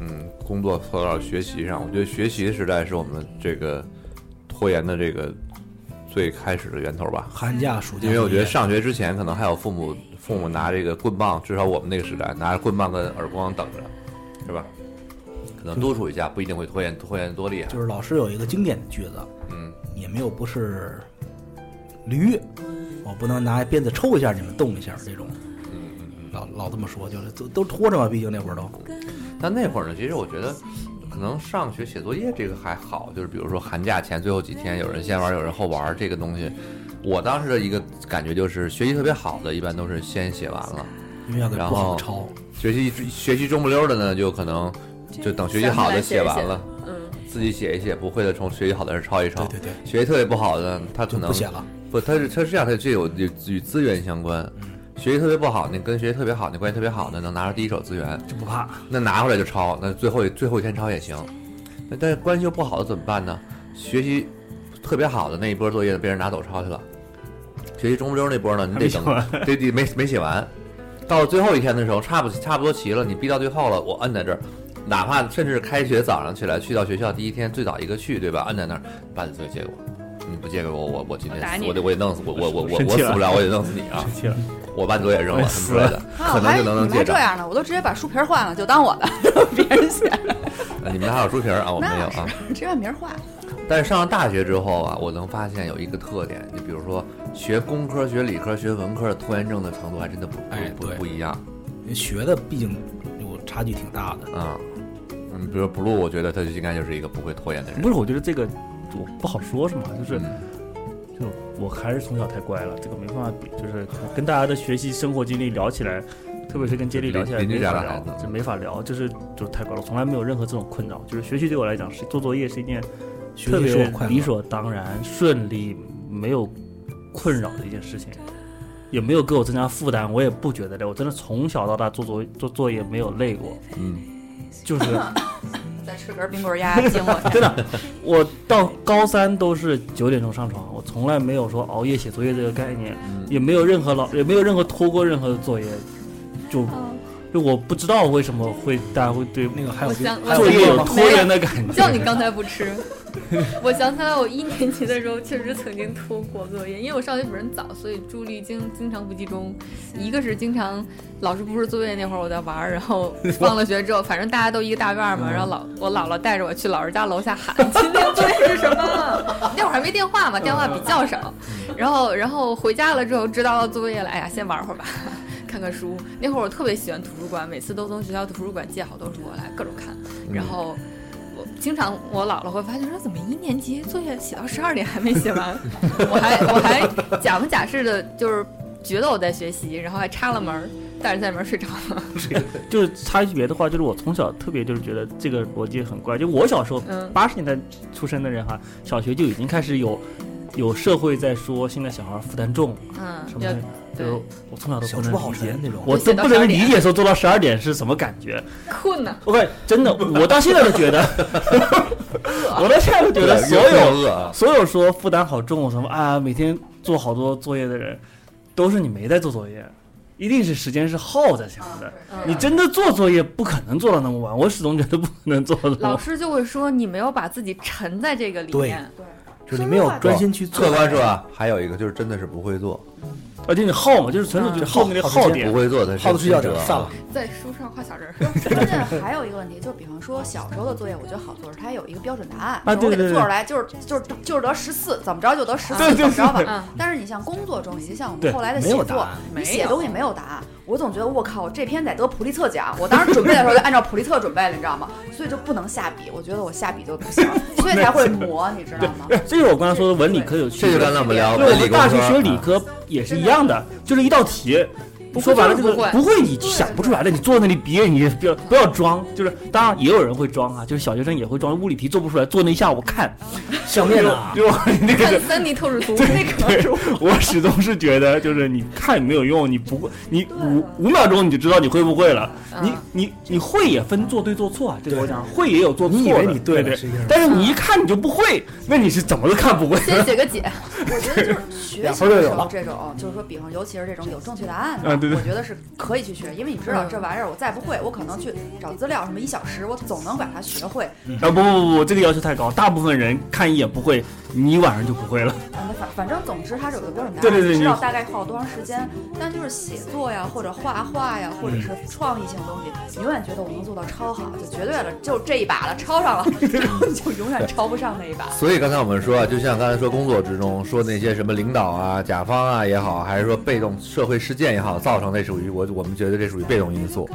[SPEAKER 3] 嗯工作说到学习上，我觉得学习的时代是我们这个拖延的这个最开始的源头吧。
[SPEAKER 4] 寒假、暑假，
[SPEAKER 3] 因为我觉得上学之前，可能还有父母父母拿这个棍棒，至少我们那个时代拿着棍棒跟耳光等着，是吧？可能督促一下，不一定会拖延拖延多厉害。
[SPEAKER 4] 就是老师有一个经典的句子，
[SPEAKER 3] 嗯，
[SPEAKER 4] 也没有不是驴，我不能拿鞭子抽一下你们动一下这种，
[SPEAKER 3] 嗯
[SPEAKER 4] 老老这么说，就是都都拖着嘛，毕竟那会儿都
[SPEAKER 3] 但那会儿呢，其实我觉得，可能上学写作业这个还好，就是比如说寒假前最后几天，有人先玩，有人后玩，这个东西，我当时的一个感觉就是，学习特别好的，一般都是先写完了，
[SPEAKER 4] 因为要给
[SPEAKER 3] 然
[SPEAKER 4] 不好
[SPEAKER 3] 后
[SPEAKER 4] 抄，
[SPEAKER 3] 学习学习中不溜的呢，就可能就等学习好的写完了，
[SPEAKER 7] 嗯，
[SPEAKER 3] 自己写一写，不会的从学习好的人抄一抄。
[SPEAKER 4] 对对对，
[SPEAKER 3] 学习特别不好的，他可
[SPEAKER 4] 就
[SPEAKER 3] 能
[SPEAKER 4] 不写了。
[SPEAKER 3] 不，他是他是这样，他这有与与资源相关。
[SPEAKER 4] 嗯
[SPEAKER 3] 学习特别不好，那跟学习特别好，那关系特别好的，能拿着第一手资源，
[SPEAKER 4] 就不怕，
[SPEAKER 3] 那拿回来就抄，那最后最后一天抄也行。那但是关系又不好的怎么办呢？学习特别好的那一波作业被人拿走抄去了，学习中不溜那波呢，你
[SPEAKER 2] 还
[SPEAKER 3] 得
[SPEAKER 2] 没写
[SPEAKER 3] 等
[SPEAKER 2] 完，
[SPEAKER 3] 这得没没写完，到了最后一天的时候，差不差不多齐了，你逼到最后了，我摁在这儿，哪怕甚至开学早上起来去到学校第一天最早一个去，对吧？摁在那儿，把你作业借给我，你不借给我，我我今天
[SPEAKER 7] 我打
[SPEAKER 3] 死
[SPEAKER 7] 你
[SPEAKER 3] 我得我得弄死我我我我
[SPEAKER 2] 生
[SPEAKER 3] 我
[SPEAKER 2] 气
[SPEAKER 3] 死
[SPEAKER 2] 了
[SPEAKER 3] 不了，我得弄死你
[SPEAKER 2] <laughs>
[SPEAKER 3] 啊
[SPEAKER 2] 生！气了，
[SPEAKER 3] 我把你作业扔了什么之类
[SPEAKER 8] <laughs>
[SPEAKER 3] 的，
[SPEAKER 8] 啊，
[SPEAKER 3] 可
[SPEAKER 8] 我
[SPEAKER 3] 能
[SPEAKER 8] 还
[SPEAKER 3] 就能能
[SPEAKER 8] 你们还
[SPEAKER 3] 借
[SPEAKER 8] 这
[SPEAKER 3] 着。
[SPEAKER 8] 样呢，我都直接把书皮儿换了，就当我的，别人写，
[SPEAKER 3] 呃你们还有书皮儿啊？我没有
[SPEAKER 8] 那 <laughs>
[SPEAKER 3] 啊。
[SPEAKER 8] 是直接把名儿换。
[SPEAKER 3] 但是上了大学之后啊，我能发现有一个特点，就比如说学工科、学理科、学文科的拖延症的程度还真的不
[SPEAKER 4] 哎
[SPEAKER 3] 不不
[SPEAKER 4] 对
[SPEAKER 3] 不一样
[SPEAKER 4] 学的毕竟有差距挺大的。
[SPEAKER 3] 啊。嗯，比如 blue，我觉得他就应该就是一个不会拖延的人。
[SPEAKER 2] 不是，我觉得这个我不好说什么，就是
[SPEAKER 3] 嗯
[SPEAKER 2] 就我还是从小太乖了，这个没办法比，就是跟大家的学习生活经历聊起来，特别是跟接力聊起来
[SPEAKER 3] 邻邻
[SPEAKER 2] 没
[SPEAKER 3] 居家
[SPEAKER 2] 法
[SPEAKER 3] 的孩
[SPEAKER 2] 聊
[SPEAKER 3] 子，
[SPEAKER 2] 这没法聊，就是就太乖了，我从来没有任何这种困扰，就是学习对我来讲是做作业是一件
[SPEAKER 4] 学
[SPEAKER 2] 特
[SPEAKER 4] 习是我
[SPEAKER 2] 别
[SPEAKER 4] 快乐
[SPEAKER 2] 理所当然、顺利、没有困扰的一件事情，也没有给我增加负担，我也不觉得累，我真的从小到大做作做作业没有累过，
[SPEAKER 3] 嗯，
[SPEAKER 2] 就是。
[SPEAKER 8] 再吃根冰棍儿鸭惊我一
[SPEAKER 2] <laughs>
[SPEAKER 8] 下，
[SPEAKER 2] 真的，我到高三都是九点钟上床，我从来没有说熬夜写作业这个概念，
[SPEAKER 3] 嗯
[SPEAKER 2] 也没有任何老也没有任何拖过任何的作业，就就我不知道为什么会大家会对
[SPEAKER 4] 那个还有
[SPEAKER 7] 我想
[SPEAKER 4] 还有
[SPEAKER 2] 作业有
[SPEAKER 4] 吗
[SPEAKER 2] 拖延的感觉。
[SPEAKER 7] 叫你刚才不吃，我想起来我一年级的时候确实曾经拖过作业，因为我上学本身早，所以注意力经经常不集中。一个是经常老师布置作业那会儿我在玩儿，然后放了学之后，反正大家都一个大院儿嘛，然后老我姥姥带着我去老师家楼下喊今天作业是什么，那会儿还没电话嘛，电话比较少。然后然后回家了之后知道了作业了，哎呀，先玩会儿吧。看看书，那会儿我特别喜欢图书馆，每次都从学校图书馆借好多书过来，各种看。然后我经常我姥姥会发现说，怎么一年级作业写到十二点还没写完？我还我还假模假式的，就是觉得我在学习，然后还插了门儿，但是在门儿睡着了。
[SPEAKER 2] 就是差别的话，就是我从小特别就是觉得这个逻辑很怪，就我小时候
[SPEAKER 7] 嗯
[SPEAKER 2] 八十年代出生的人哈，小学就已经开始有有社会在说现在小孩负担重
[SPEAKER 7] 嗯，
[SPEAKER 2] 什么
[SPEAKER 7] 要
[SPEAKER 2] 的，就
[SPEAKER 7] 对
[SPEAKER 2] 是我从小都
[SPEAKER 4] 小
[SPEAKER 2] 不
[SPEAKER 4] 猪
[SPEAKER 2] 能
[SPEAKER 4] 好
[SPEAKER 2] 理解
[SPEAKER 4] 神。那种。
[SPEAKER 2] 我都不能理解说做到十二点是什么感觉。
[SPEAKER 7] 困呢，
[SPEAKER 2] 我感觉真的，我到现在都
[SPEAKER 7] <laughs>
[SPEAKER 2] 觉得，我到现在都觉得所
[SPEAKER 3] 越
[SPEAKER 2] 有
[SPEAKER 3] 饿啊，
[SPEAKER 2] 所有说负担好重什么啊，每天做好多作业的人，都是你没在做作业，一定是时间是耗在前面的。
[SPEAKER 7] 嗯
[SPEAKER 2] 你真的做作业不可能做到那么晚，我始终觉得不可能做到那么
[SPEAKER 7] 老
[SPEAKER 2] 晚。
[SPEAKER 7] 师就会说你没有把自己沉在这个里
[SPEAKER 4] 对
[SPEAKER 7] 面，
[SPEAKER 4] 就是你没有专心去做。
[SPEAKER 3] 客观说啊，还有一个就是真的是不会做，
[SPEAKER 2] 而且你耗嘛，就是纯粹
[SPEAKER 7] 嗯
[SPEAKER 2] 就是耗那个
[SPEAKER 4] 耗
[SPEAKER 2] 耗
[SPEAKER 4] 时
[SPEAKER 3] 不
[SPEAKER 2] 点。
[SPEAKER 3] 会做的
[SPEAKER 4] 耗子睡觉点
[SPEAKER 3] 者啊
[SPEAKER 4] 散了，
[SPEAKER 7] 在书上画小人儿。
[SPEAKER 8] <laughs> 关键还有一个问题，就比方说小时候的作业，我觉得好做是它有一个标准答案，
[SPEAKER 2] 啊
[SPEAKER 8] 就是我
[SPEAKER 2] 对对
[SPEAKER 8] 给
[SPEAKER 2] 对
[SPEAKER 8] 它做出来就是就是就是得十四，怎么着就得十四，
[SPEAKER 2] 对对
[SPEAKER 8] 怎么着
[SPEAKER 2] 对
[SPEAKER 7] 嗯
[SPEAKER 8] <laughs> 吧。但是你像工作中以及像我
[SPEAKER 2] 对
[SPEAKER 8] 们后来的
[SPEAKER 4] 没
[SPEAKER 8] 写
[SPEAKER 4] 有答
[SPEAKER 8] 作
[SPEAKER 4] 案，
[SPEAKER 8] 你
[SPEAKER 7] 没
[SPEAKER 8] 写
[SPEAKER 7] 有
[SPEAKER 8] 东西没有答案，我总觉得我靠，这篇得得普利策奖。我当时准备的时候就按照普利策准备了，你知道吗？所以就不能下笔，我觉得我下笔就
[SPEAKER 4] <laughs>
[SPEAKER 8] 不行，所以才会磨，你知道吗？
[SPEAKER 2] 这个我刚才说的文理科有区
[SPEAKER 3] 这就
[SPEAKER 2] 别，
[SPEAKER 3] 刚才我们聊
[SPEAKER 2] 对我们大学
[SPEAKER 3] 文理工科
[SPEAKER 2] 学理科也是一样的，就是一道题。说白了就是
[SPEAKER 7] 不会
[SPEAKER 2] 不会，你想不出来的，你坐在那里憋，你不要不要装。就是当然也有人会装啊，就是小学生也会装，物理题做不出来，坐那一下午看，
[SPEAKER 4] 相面啊，
[SPEAKER 2] 对吧？ <laughs> 那个
[SPEAKER 7] 看三 D 透视图那个书，
[SPEAKER 2] 我始终是觉得，就是你看没有用，你不会，你五五秒钟你就知道你会不会了。你
[SPEAKER 7] 嗯
[SPEAKER 2] 你你会也分做对做错啊，这个
[SPEAKER 4] 对
[SPEAKER 2] 我讲会也有做错的，
[SPEAKER 4] 你以为你对
[SPEAKER 2] 对
[SPEAKER 4] 了实际上
[SPEAKER 2] 但是你一看你就不会，那你是怎么都看不会。
[SPEAKER 7] 先写个解，
[SPEAKER 8] 我觉得就是学
[SPEAKER 4] 两
[SPEAKER 8] 习
[SPEAKER 4] 分儿
[SPEAKER 8] 的
[SPEAKER 4] 就
[SPEAKER 8] 时
[SPEAKER 4] 有了嗯
[SPEAKER 8] 候，这种就是说，比方尤其是这种有正确答案的，
[SPEAKER 2] 啊对对
[SPEAKER 8] 我觉得是可以去学，因为你知道这玩意儿我再不会，我可能去找资料什么一小时，我总能把它学会。
[SPEAKER 2] 啊不不不，这个要求太高，大部分人看一眼不会，你晚上就不会了。
[SPEAKER 8] 反正反正总之它是有个标准答案，
[SPEAKER 2] 对对对
[SPEAKER 8] 你知道
[SPEAKER 2] 你
[SPEAKER 8] 大概耗多长时间。但就是写作呀，或者画画呀，或者是创意性东西，你永远觉得我能做到超好，就绝对了，就这一把了，超上了， <laughs> 然后你就永远超不上那一把。
[SPEAKER 3] 所以刚才我们说啊，就像刚才说工作之中说那些什么领导啊、甲方啊也好，还是说被动社会事件也好，造成那属于我我们觉得这属于被动因素。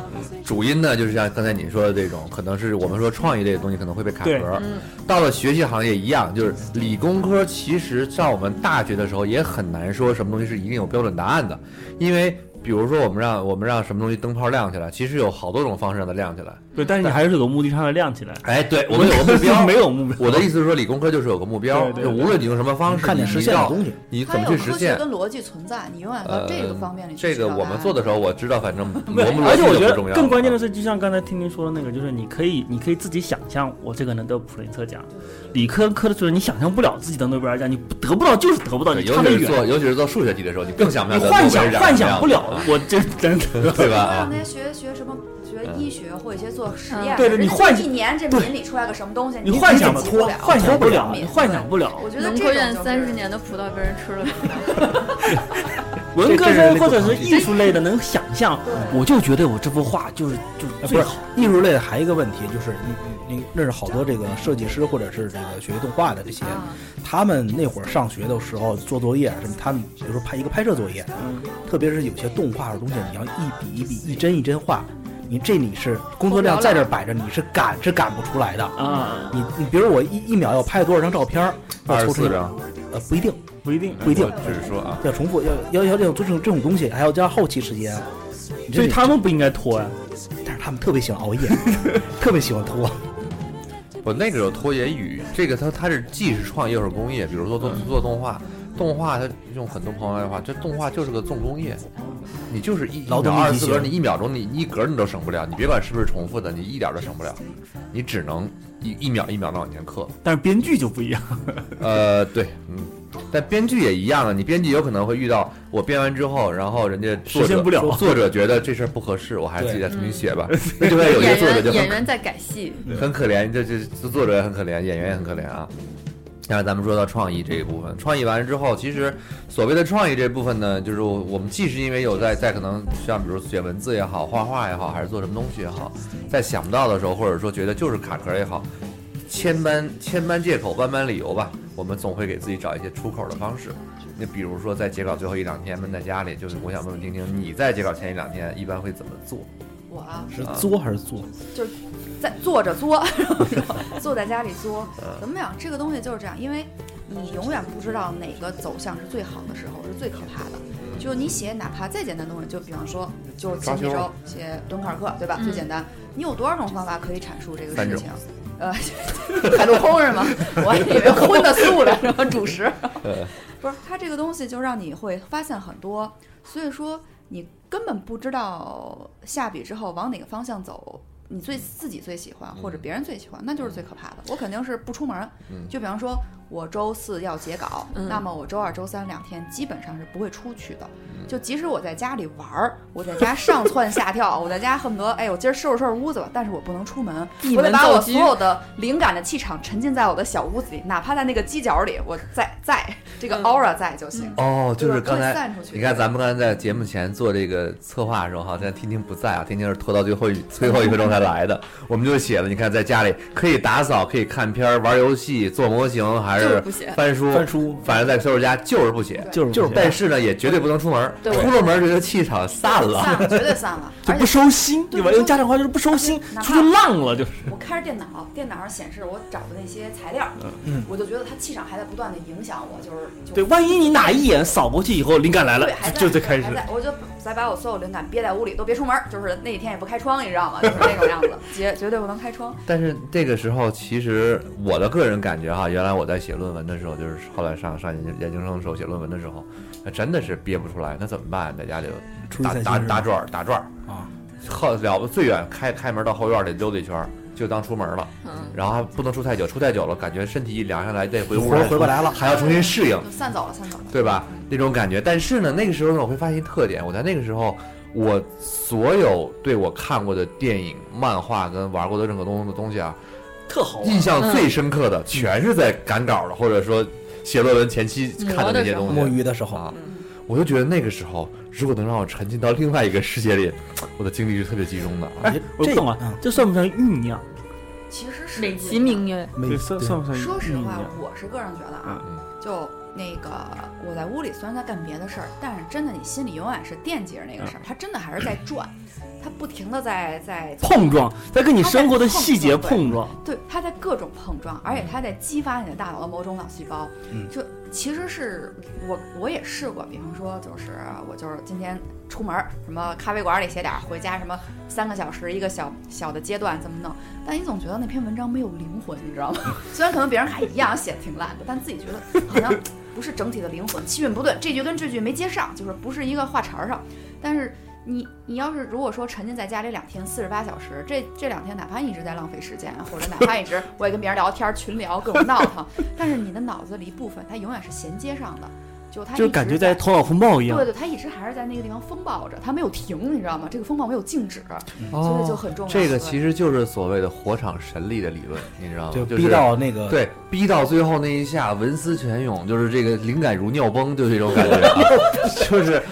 [SPEAKER 3] 主因呢，就是像刚才你说的这种，可能是我们说创意类的东西可能会被卡
[SPEAKER 2] 对
[SPEAKER 3] 壳。到了学习行业一样，就是理工科其实上我们大学的时候也很难说什么东西是一定有标准答案的，因为比如说我们让我们让什么东西灯泡亮起来，其实有好多种方式让它亮起来。
[SPEAKER 2] 对，但是你还是有个目的上的亮起来。
[SPEAKER 3] 哎，对，我们有个 <laughs> 目
[SPEAKER 2] <laughs>
[SPEAKER 3] 标
[SPEAKER 2] 没。有目标，
[SPEAKER 3] 我的意思是说，理工科就是有个目标，
[SPEAKER 2] 对对
[SPEAKER 3] 就
[SPEAKER 2] 对
[SPEAKER 3] 无论你用什么方式，
[SPEAKER 4] 看点
[SPEAKER 3] 你
[SPEAKER 4] 实现的
[SPEAKER 3] 要
[SPEAKER 4] 东西。
[SPEAKER 3] 你
[SPEAKER 8] 它
[SPEAKER 3] 怎么
[SPEAKER 8] 有
[SPEAKER 3] 去实
[SPEAKER 8] 科学
[SPEAKER 3] 现？呃
[SPEAKER 8] 跟逻辑存在，你永远到这个方面里去
[SPEAKER 3] 这
[SPEAKER 8] 找
[SPEAKER 3] 个我
[SPEAKER 8] 答
[SPEAKER 3] 们
[SPEAKER 8] 案
[SPEAKER 3] 做的时候，我知
[SPEAKER 2] <laughs>
[SPEAKER 3] 道，反正
[SPEAKER 2] 没
[SPEAKER 3] 磨
[SPEAKER 2] 有
[SPEAKER 3] 不磨
[SPEAKER 2] 而且我
[SPEAKER 3] 叽
[SPEAKER 2] 觉
[SPEAKER 3] 就
[SPEAKER 2] 得
[SPEAKER 3] 不重要。啊
[SPEAKER 2] 更关键的，是，就像刚才听您说的那个，就是你可以，你可以自己想象，我这个能得普林策奖，理科科的就是你想象不了自己得诺贝尔奖，你得不到就是得不到，
[SPEAKER 3] 对
[SPEAKER 2] 你
[SPEAKER 3] 尤
[SPEAKER 2] 差
[SPEAKER 3] 其
[SPEAKER 2] 得
[SPEAKER 3] 是
[SPEAKER 2] 远，
[SPEAKER 3] 做，尤其是做数学题的时候，你更想不
[SPEAKER 2] 你
[SPEAKER 3] 了得诺贝
[SPEAKER 2] 幻
[SPEAKER 3] 尔
[SPEAKER 2] 想
[SPEAKER 3] 奖是
[SPEAKER 2] 幻
[SPEAKER 3] 什
[SPEAKER 2] 想
[SPEAKER 3] 么样
[SPEAKER 2] 不
[SPEAKER 3] 的
[SPEAKER 2] 了，我
[SPEAKER 3] <laughs>
[SPEAKER 2] 这真的。 <laughs>
[SPEAKER 3] 对吧？
[SPEAKER 8] 让
[SPEAKER 3] 啊
[SPEAKER 8] 那，些学学什么学医学或一些做实
[SPEAKER 7] 嗯
[SPEAKER 8] 验，
[SPEAKER 2] 对对你
[SPEAKER 8] 人家
[SPEAKER 2] 幻
[SPEAKER 8] 一年这
[SPEAKER 2] 对
[SPEAKER 8] 民里出来个什么东西，
[SPEAKER 2] 你幻想
[SPEAKER 8] 不
[SPEAKER 2] 不
[SPEAKER 8] 了，
[SPEAKER 2] 幻想不了，你幻想
[SPEAKER 8] 不
[SPEAKER 2] 不
[SPEAKER 8] 了。
[SPEAKER 2] 了。
[SPEAKER 8] 我觉得
[SPEAKER 7] 农
[SPEAKER 8] 这
[SPEAKER 7] 科
[SPEAKER 8] 种
[SPEAKER 7] 院
[SPEAKER 8] 就是
[SPEAKER 7] 三十年的葡萄被人吃了，
[SPEAKER 2] 文科生或者是艺术类的能想象，我就觉得我这幅画就是就是
[SPEAKER 3] 啊
[SPEAKER 4] 呃
[SPEAKER 2] 最
[SPEAKER 4] 不是
[SPEAKER 2] 好。
[SPEAKER 4] 艺术类的还有一个问题就是，你你你认识好多这个设计师或者是这个学动画的这些，
[SPEAKER 2] 啊
[SPEAKER 4] 他们那会儿上学的时候做作业啊什么，他们比如说拍一个拍摄作业，
[SPEAKER 2] 嗯
[SPEAKER 4] 特别是有些动画的东西，你要一笔一笔、一帧一帧画，你这你是工作量在这儿摆着，你是赶是赶不出来的。
[SPEAKER 2] 啊，
[SPEAKER 4] 你你比如我一一秒要拍多少张照片儿，要抽出
[SPEAKER 3] 24张，
[SPEAKER 4] 呃不一定
[SPEAKER 2] 不一定。
[SPEAKER 8] 嗯
[SPEAKER 4] 不一定
[SPEAKER 3] 我只是说啊，
[SPEAKER 4] 要重复，要要要要做这种这种东西，还要加后期时间。你这
[SPEAKER 2] 所以他们不应该拖呀、
[SPEAKER 4] 但是他们特别喜欢熬夜， <laughs> 特别喜欢拖。
[SPEAKER 3] 我那个有拖延语，这个它它是既是创业又是工业，比如说做
[SPEAKER 2] 嗯
[SPEAKER 3] 做动画，动画它用很多朋友来话，这动画就是个重工业，你就是一
[SPEAKER 4] 劳动
[SPEAKER 3] 二
[SPEAKER 4] 密
[SPEAKER 3] 十
[SPEAKER 4] 集
[SPEAKER 3] 四格，
[SPEAKER 4] 型
[SPEAKER 3] 你一秒钟你一格你都省不了，你别管是不是重复的，你一点都省不了，你只能一一秒一秒的往前刻。
[SPEAKER 2] 但是编剧就不一样。
[SPEAKER 3] 呃，对，嗯。但编剧也一样啊，你编剧有可能会遇到我编完之后，然后人家作
[SPEAKER 2] 实
[SPEAKER 3] 者
[SPEAKER 2] 现不了嗯
[SPEAKER 3] 作者觉得这事儿不合适，我还是
[SPEAKER 4] 对
[SPEAKER 3] 自己再重新
[SPEAKER 2] <laughs>
[SPEAKER 3] 写吧。那就会有些
[SPEAKER 7] 演
[SPEAKER 3] 作者就
[SPEAKER 7] 员
[SPEAKER 3] 很
[SPEAKER 7] 嗯演员在改戏，
[SPEAKER 3] 很可怜，这这这作者也很可怜，演员也很可怜啊。然后咱们说到创意这一部分，创意完了之后，其实所谓的创意这部分呢，就是我们既是因为有在在可能像比如写文字也好、画画也好，还是做什么东西也好，在想不到的时候，或者说觉得就是卡壳也好，千般千般借口、万般理由吧，我们总会给自己找一些出口的方式。那比如说在截稿最后一两天闷在家里，就是我想问问听听，你在截稿前一两天一般会怎么做？
[SPEAKER 8] 我啊，
[SPEAKER 4] 是作还是做？
[SPEAKER 8] 在坐着作，
[SPEAKER 3] <laughs>
[SPEAKER 8] 然后坐在家里作。
[SPEAKER 3] 嗯
[SPEAKER 8] 怎么讲？这个东西就是这样，因为你永远不知道哪个走向是最好的时候，是最可怕的。就你写哪怕再简单的东西，就比方说就是
[SPEAKER 9] 抓
[SPEAKER 8] 琴棋
[SPEAKER 9] 阄
[SPEAKER 8] 手写敦刻尔克，对吧？
[SPEAKER 7] 嗯
[SPEAKER 8] 最简单，你有多少种方法可以阐述这个
[SPEAKER 3] 三
[SPEAKER 8] 事
[SPEAKER 3] 种
[SPEAKER 8] 情？呃，海陆空是吗？我还以为荤的、素的，然后
[SPEAKER 3] <laughs>
[SPEAKER 8] 主食。
[SPEAKER 3] 嗯
[SPEAKER 8] 不是，它这个东西就让你会发现很多，所以说你根本不知道下笔之后往哪个方向走，你最自己最喜欢或者别人最喜欢，那就是最可怕的。我肯定是不出门儿，
[SPEAKER 3] 嗯
[SPEAKER 8] 就比方说我周四要截稿，
[SPEAKER 7] 嗯
[SPEAKER 8] 那么我周二、周三两天基本上是不会出去的。就即使我在家里玩儿，我在家上蹿下跳，我在家恨不得哎，我今儿收拾收拾屋子吧，但是我不能出门，
[SPEAKER 7] 闭
[SPEAKER 8] 我得
[SPEAKER 7] 门
[SPEAKER 8] 把
[SPEAKER 7] 造
[SPEAKER 8] 我
[SPEAKER 7] 车
[SPEAKER 8] 所有的灵感的气场沉浸在我的小屋子里，哪怕在那个犄角里，我在在这个
[SPEAKER 7] 嗯
[SPEAKER 8] aura 在就行。
[SPEAKER 3] 哦，就是
[SPEAKER 8] 对吧
[SPEAKER 3] 刚
[SPEAKER 8] 会
[SPEAKER 3] 才
[SPEAKER 8] 散出去
[SPEAKER 3] 你看咱们刚才在节目前做这个策划的时候，哈，但天天不在啊，天天是拖到最后一最后一分钟才来的。我们就写了，你看在家里可以打扫，可以看片儿、玩游戏、做模型，还
[SPEAKER 7] 就是
[SPEAKER 3] 是
[SPEAKER 7] 不写
[SPEAKER 3] 翻书，
[SPEAKER 4] 翻书
[SPEAKER 3] 反正在收拾家就是不写。
[SPEAKER 2] 就是
[SPEAKER 4] 就是
[SPEAKER 2] 不行
[SPEAKER 3] 但是呢，也绝对不能出门，
[SPEAKER 7] 对
[SPEAKER 3] 出了门这个气场散了。
[SPEAKER 8] 散了，绝对散了。
[SPEAKER 2] 就
[SPEAKER 8] 而
[SPEAKER 2] 不
[SPEAKER 8] 且
[SPEAKER 2] 收心，对吧？
[SPEAKER 8] 哎对
[SPEAKER 2] 用家长话就是不收心，
[SPEAKER 8] 哪怕
[SPEAKER 2] 出去浪了就是。
[SPEAKER 8] 我开着电脑，电脑上显示我找的那些材料，
[SPEAKER 4] 嗯
[SPEAKER 8] 我就觉得它气场还在不断的影响我，就是就
[SPEAKER 2] 对，万一你哪一眼扫过去以后，灵感来了
[SPEAKER 8] 对，还，在
[SPEAKER 2] 就就开始
[SPEAKER 8] 还。在，我就再把我所有灵感憋在屋里，都别出门儿，就是那几天也不开窗，你知道吗？就是那种样子，绝绝对不能开窗。
[SPEAKER 3] 但是这个时候，其实我的个人感觉哈，原来我在写论文的时候，就是后来上上研研究生的时候写论文的时候，那真的是憋不出来，那怎么办？在家里
[SPEAKER 4] 出去
[SPEAKER 3] 打
[SPEAKER 4] 散
[SPEAKER 3] 打
[SPEAKER 4] 心是吧
[SPEAKER 3] 打转儿打转儿
[SPEAKER 4] 啊，
[SPEAKER 3] 后了不最远开开门到后院里溜达一圈儿，就当出门了，
[SPEAKER 7] 嗯，
[SPEAKER 3] 然后不能出太久，出太久了感觉身体一凉下来得回屋
[SPEAKER 4] 活儿回不来了，
[SPEAKER 3] 还要重新适应，
[SPEAKER 8] 就散走了，散走了。
[SPEAKER 3] 对吧？那种感觉。但是呢，那个时候呢，我会发现一特点，我在那个时候，我所有对我看过的电影、漫画跟玩过的任何东西的东西啊，
[SPEAKER 2] 特好玩
[SPEAKER 3] 印。
[SPEAKER 4] 嗯
[SPEAKER 3] 象最深刻的全是在赶稿的，或者说写论文前期
[SPEAKER 8] 嗯
[SPEAKER 3] 看的那些东
[SPEAKER 4] 摸
[SPEAKER 3] 西
[SPEAKER 4] 鱼的时候，
[SPEAKER 3] 啊。我就觉得那个时候，如果能让我沉浸到另外一个世界里，我的精力是特别集中的啊。
[SPEAKER 2] 哎，我
[SPEAKER 4] 这
[SPEAKER 2] 懂
[SPEAKER 4] 嗯
[SPEAKER 2] 了，这算不算酝酿？
[SPEAKER 8] 其实是
[SPEAKER 7] 美其名曰
[SPEAKER 4] 没
[SPEAKER 2] 对，算
[SPEAKER 4] 对
[SPEAKER 2] 算不算？
[SPEAKER 8] 说实话
[SPEAKER 2] 酝酿，
[SPEAKER 8] 我是个人觉得
[SPEAKER 2] 嗯
[SPEAKER 8] 啊，就那个我在屋里虽然在干别的事儿，但是真的你心里永远是惦记着
[SPEAKER 2] 嗯
[SPEAKER 8] 那个事儿，它真的还是在转，它不停的在在
[SPEAKER 2] 碰撞，在跟你生活的细节碰撞，
[SPEAKER 8] 对，它在各种碰撞，而且它在激发你的大脑的某种脑细胞。
[SPEAKER 4] 嗯
[SPEAKER 8] 就其实是我我也试过，比方说就是我就是今天出门儿什么咖啡馆里写点儿，回家什么三个小时一个小小的阶段怎么弄？但你总觉得那篇文章没有灵魂，你
[SPEAKER 2] <laughs>
[SPEAKER 8] 知道吗？虽然可能别人看一样写的挺烂的，但自己觉得好像不是整体的灵魂，气韵不对，这句跟这句没接上，就是不是一个话茬儿上。但是你你要是如果说沉浸在家里两天四十八小时，这 <laughs> 这两天哪怕一直在浪费时间，或者哪怕一直我也跟别人聊天群聊各种闹腾，但是你的脑子里一部分它永远是衔接上的，就它
[SPEAKER 2] 就是
[SPEAKER 8] 一
[SPEAKER 2] 感
[SPEAKER 8] 直
[SPEAKER 2] 觉在头脑风暴一样
[SPEAKER 8] 对。对，它一直还是在那个地方风暴着，它没有停，你知道吗？这个风暴没有静止，
[SPEAKER 4] 哦
[SPEAKER 8] 所以就很重要。
[SPEAKER 3] 哦这个其实就是所谓的火场神力的理论，你知道吗？
[SPEAKER 4] 就
[SPEAKER 3] 就
[SPEAKER 4] 逼
[SPEAKER 3] 是
[SPEAKER 4] 到那个
[SPEAKER 3] 对，逼到最后那一下，文思泉涌，就是这个灵感如尿崩，就这种感觉、啊，就是